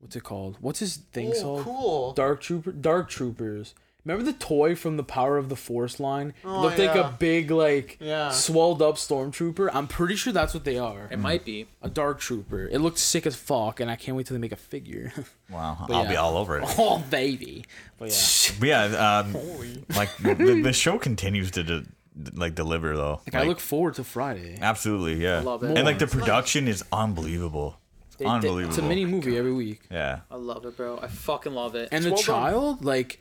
what's it called? What's his thing
Oh,
called?
cool.
Dark Trooper Dark Troopers. Remember the toy from the Power of the Force line? It
Oh,
looked like
yeah.
a big like
Yeah.
swelled up stormtrooper. I'm pretty sure that's what they are.
It might be.
A dark trooper. It looked sick as fuck, and I can't wait till they make a figure. [laughs]
Wow. I'll be
yeah.
all over it.
oh baby. But yeah.
But yeah, um, like the,
[laughs]
the show continues to de- like deliver though.
Like, I look forward to Friday.
absolutely, yeah.
love it.
And like the production is unbelievable. unbelievable.
It's a mini movie every week.
yeah.
I love it, bro. I fucking love it.
And the
well done.
child, like,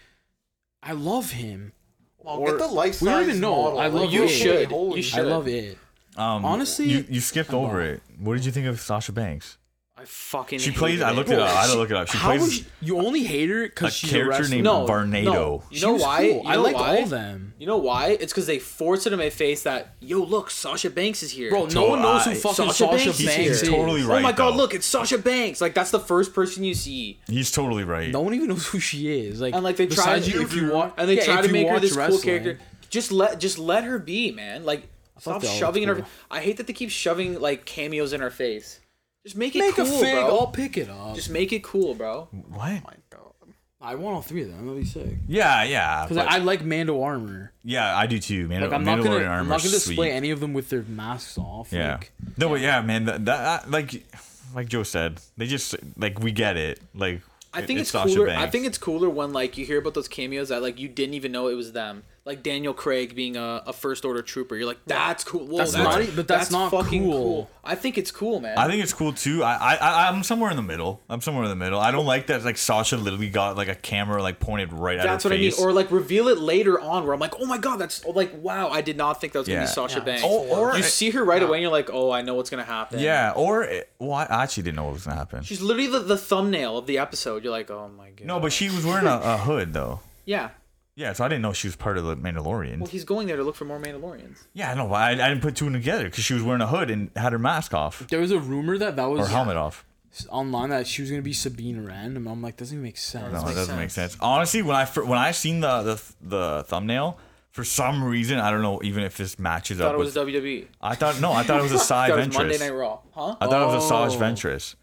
I love him.
Well,
or-
get the life
we don't even know.
model.
I love
Like,
You
holy-
should.
Holy
You
shit.
I
Should.
love it.
Um,
Honestly,
you, you skipped
I'm
over
all-
it. What did you think of Sasha Banks?
I fucking.
She plays. I looked it
at
up. I had to look it up. She
How
plays
was you only hate her
a
because she's a
character
wrestler?
named
No,
Barnado.
no. You
She
know
was
why?
cool.
You
I
know
liked
why?
all them.
You know why? It's because they force it in my face that yo, look, Sasha Banks is here.
Bro, no
So
one knows who
I-
fucking
Sasha
Sasha,
Banks is
Banks
here.
is.
He's totally
oh
right,
my god,
though.
look, it's Sasha Banks. Like that's the first person you see.
He's totally right.
No one even knows who she is. Like,
and like they try
besides
to
you, if you watch,
and they
yeah,
try
if
to
you
make her
watch
this cool
wrestling,
character. Just let just let her be, man. Like
thought
stop
that was
shoving in her.
cool.
I hate that they keep shoving like cameos in her face. Just make it
Make
cool,
a fig.
bro.
I'll pick it up.
Just make it cool, bro.
What?
I want all three of them. That'd be sick.
Yeah, yeah.
Because
but-
I, I like Mando armor.
yeah, I do too, man.
Like, I'm not
Mandalorian
gonna, I'm
armor's
not gonna display
sweet.
any of them with their masks off.
Yeah.
Like,
no, but yeah, man. That, that, like, like Joe said, they just like we get it. Like,
I
it-
think it's,
Sasha
cooler. I
Banks.
think it's cooler when like you hear about those cameos that like you didn't even know it was them. like Daniel Craig being a, a first order trooper. You're like, that's cool. Whoa,
That's not- but that's not cool.
I think it's cool, man.
I think it's cool too. I, I I'm somewhere in the middle. I'm somewhere in the middle. I don't like that. Like Sasha literally got like a camera like pointed right at her
that's what
face.
I mean. Or like reveal it later on where I'm like, oh my god, that's like wow, I did not think that was gonna
Yeah.
be Sasha
Yeah.
Banks.
Oh, or-
you see her right away and you're like, oh, I know what's gonna happen.
yeah, or well, I actually didn't know what was gonna happen.
She's literally the, the thumbnail of the episode. You're like, oh my god.
no, but she was wearing a, a hood though.
Yeah.
Yeah, so I didn't know she was part of the Mandalorian.
Well, he's going there to look for more Mandalorians.
yeah, I know. but I, I didn't put two and together because she was wearing a hood and had her mask off
There was a rumor that that
or
was
helmet off.
online that she was gonna be Sabine Wren, and I'm like, doesn't even make sense.
No,
make
that doesn't make
sense.
sense. Honestly, when I fir- when I seen the, the the thumbnail, for some reason I don't know even if this matches
Thought
up
it
with.
was WWE.
I thought no, I thought it was a
[laughs]
side
Thought it was
Ventress.
Monday Night Raw, huh?
I thought it was a Saj
Oh.
Ventress.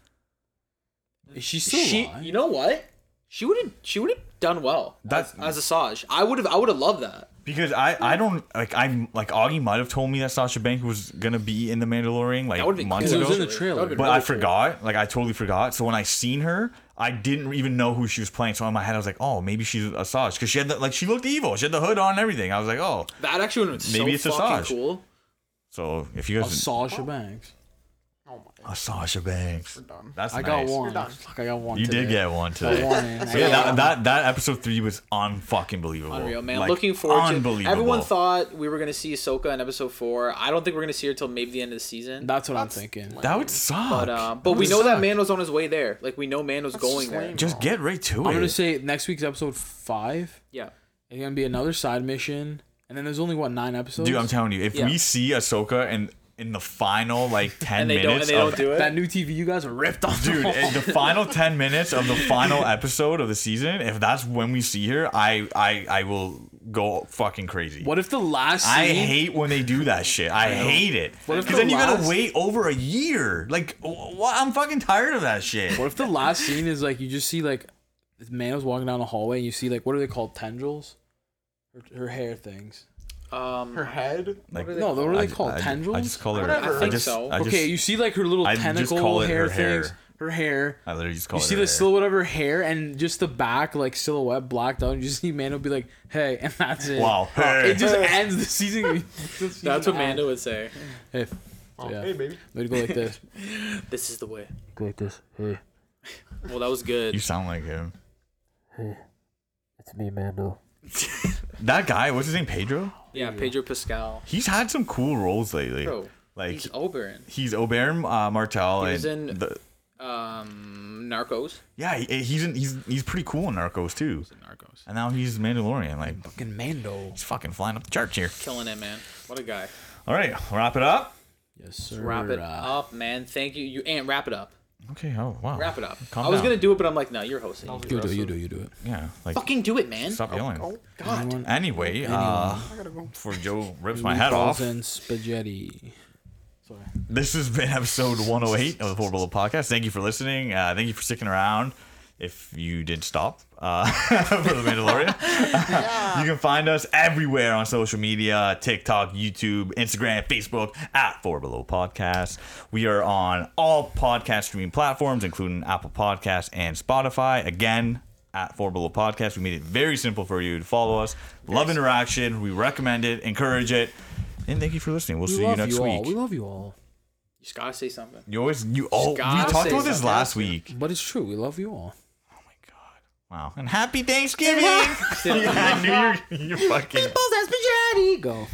Is she still
she,
alive?
you know what? She would have, she would have done well.
That's-
as, as a Saj. I would have, I would have loved that.
Because I, I don't like I'm like Augie might have told me that Sasha Banks was gonna be in the Mandalorian like
That would have been
months
It
cool.
ago,
was in the trailer.
That would've been
but
really
I
cool.
forgot. Like I totally forgot. So when I seen her, I didn't even know who she was playing. So in my head, I was like, oh, maybe she's a Saj because she had the, like she looked evil. She had the hood on and everything. I was like, oh.
That actually would have been
Maybe
so
it's a
fucking
Saj.
cool.
So if
A
you guys
Sasha Banks.
a Sasha Banks,
done.
that's
I got
nice.
one.
done.
Fuck, I got one.
You
today.
did get one
I
today.
won
[laughs]
it. I
Yeah,
got
that,
one.
that that episode three was unfucking believable.
Unreal, man.
Like,
Looking forward
unbelievable.
to. Everyone thought we were gonna see Ahsoka in episode four. I don't think we're gonna see her till maybe the end of the season.
That's what I'm thinking.
that would suck.
but uh, but we know that Mando's on his way there. Like we know Mando's going
just
there.
lame.
Just get right to it.
I'm gonna say next week's episode five.
Yeah.
It's gonna be another side mission, and then there's only what nine episodes.
Dude, I'm telling you, if
Yeah.
we see Ahsoka in in the
[laughs]
final like ten
And they don't. And
minutes
they don't
of
do it.
that new TV you guys are ripped off.
[laughs] dude, in the final ten minutes of the
[laughs]
final episode of the season, if that's when we see her, I I I will go fucking crazy.
What if the last? Scene,
I hate when they do that shit. I hate it.
What if
Because
the
then you gotta
last-
wait over a year. Like, wh- wh- I'm fucking tired of that shit.
What if the last scene is like you just see like Mando's walking down the hallway and you see like what are they called tendrils, her, her hair things.
Um,
Her head.
Like,
are they
No, what are
I
they
ju-
called?
I ju-
Tendrils.
I just call her.
Whatever.
I
I think
just-
so.
I just-
okay, you see like her little
I just
tentacle
call it
hair
her hair.
things, her hair.
I literally just call
You
her.
see
her.
the silhouette of her hair and just the back like silhouette blacked out. And you just see Mando be like, "Hey," [laughs] and that's it.
Wow.
It just ends the
[laughs]
season. [laughs]
that's what Mando would say.
Hey. yeah.
Hey, baby.
They'd go like this.
This is the way.
go like this. Hey,
Well, that was
You
good.
sound like him.
it's me, Mando.
That guy, what's his name? Pedro.
Yeah, Pedro Pascal.
He's had some cool roles lately.
Bro,
like
he's Oberon.
He's Oberon uh, Martel.
He was
and
in-
the,
Um, Narcos.
yeah, he, eh, he's in, he's he's pretty cool in Narcos too.
Narcos.
And now he's Mandalorian. Like
Fucking Mando.
he's fucking flying up the charts here.
Killing it, man. What a guy.
All right, wrap it up.
Yes, sir. Uh,
Wrap it up, man. Thank you. You and wrap it up.
Okay. Oh wow.
Wrap it up.
Calm
I was
down.
gonna do it, but I'm like, no, you're hosting. You do
You
it.
do, you do, you do it.
Yeah. Like
Fucking do it, man.
stop yelling.
God.
Anyway, uh, before Joe rips my head off,
And spaghetti.
this has been episode 108 of the Four Below Podcast. Thank you for listening. Uh, thank you for sticking around. If you did stop uh, [laughs] for the Mandalorian, you can find us everywhere on social media TikTok, YouTube, Instagram, Facebook at Four Below Podcast. We are on all podcast streaming platforms, including Apple Podcasts and Spotify. Again, at Four Below Podcast. We made it very simple for you to follow us. Love interaction. We recommend it, encourage it. And thank you for listening. We'll
We
see you
love
next
you
week.
all. We love you all.
You just gotta say something.
You always you oh we
gotta
talked
say
about this
something.
last week.
But it's true. We love you all.
Oh my god! [laughs] Wow! And happy Thanksgiving! yeah, I knew you. You fucking.
Balls and spaghetti. Go.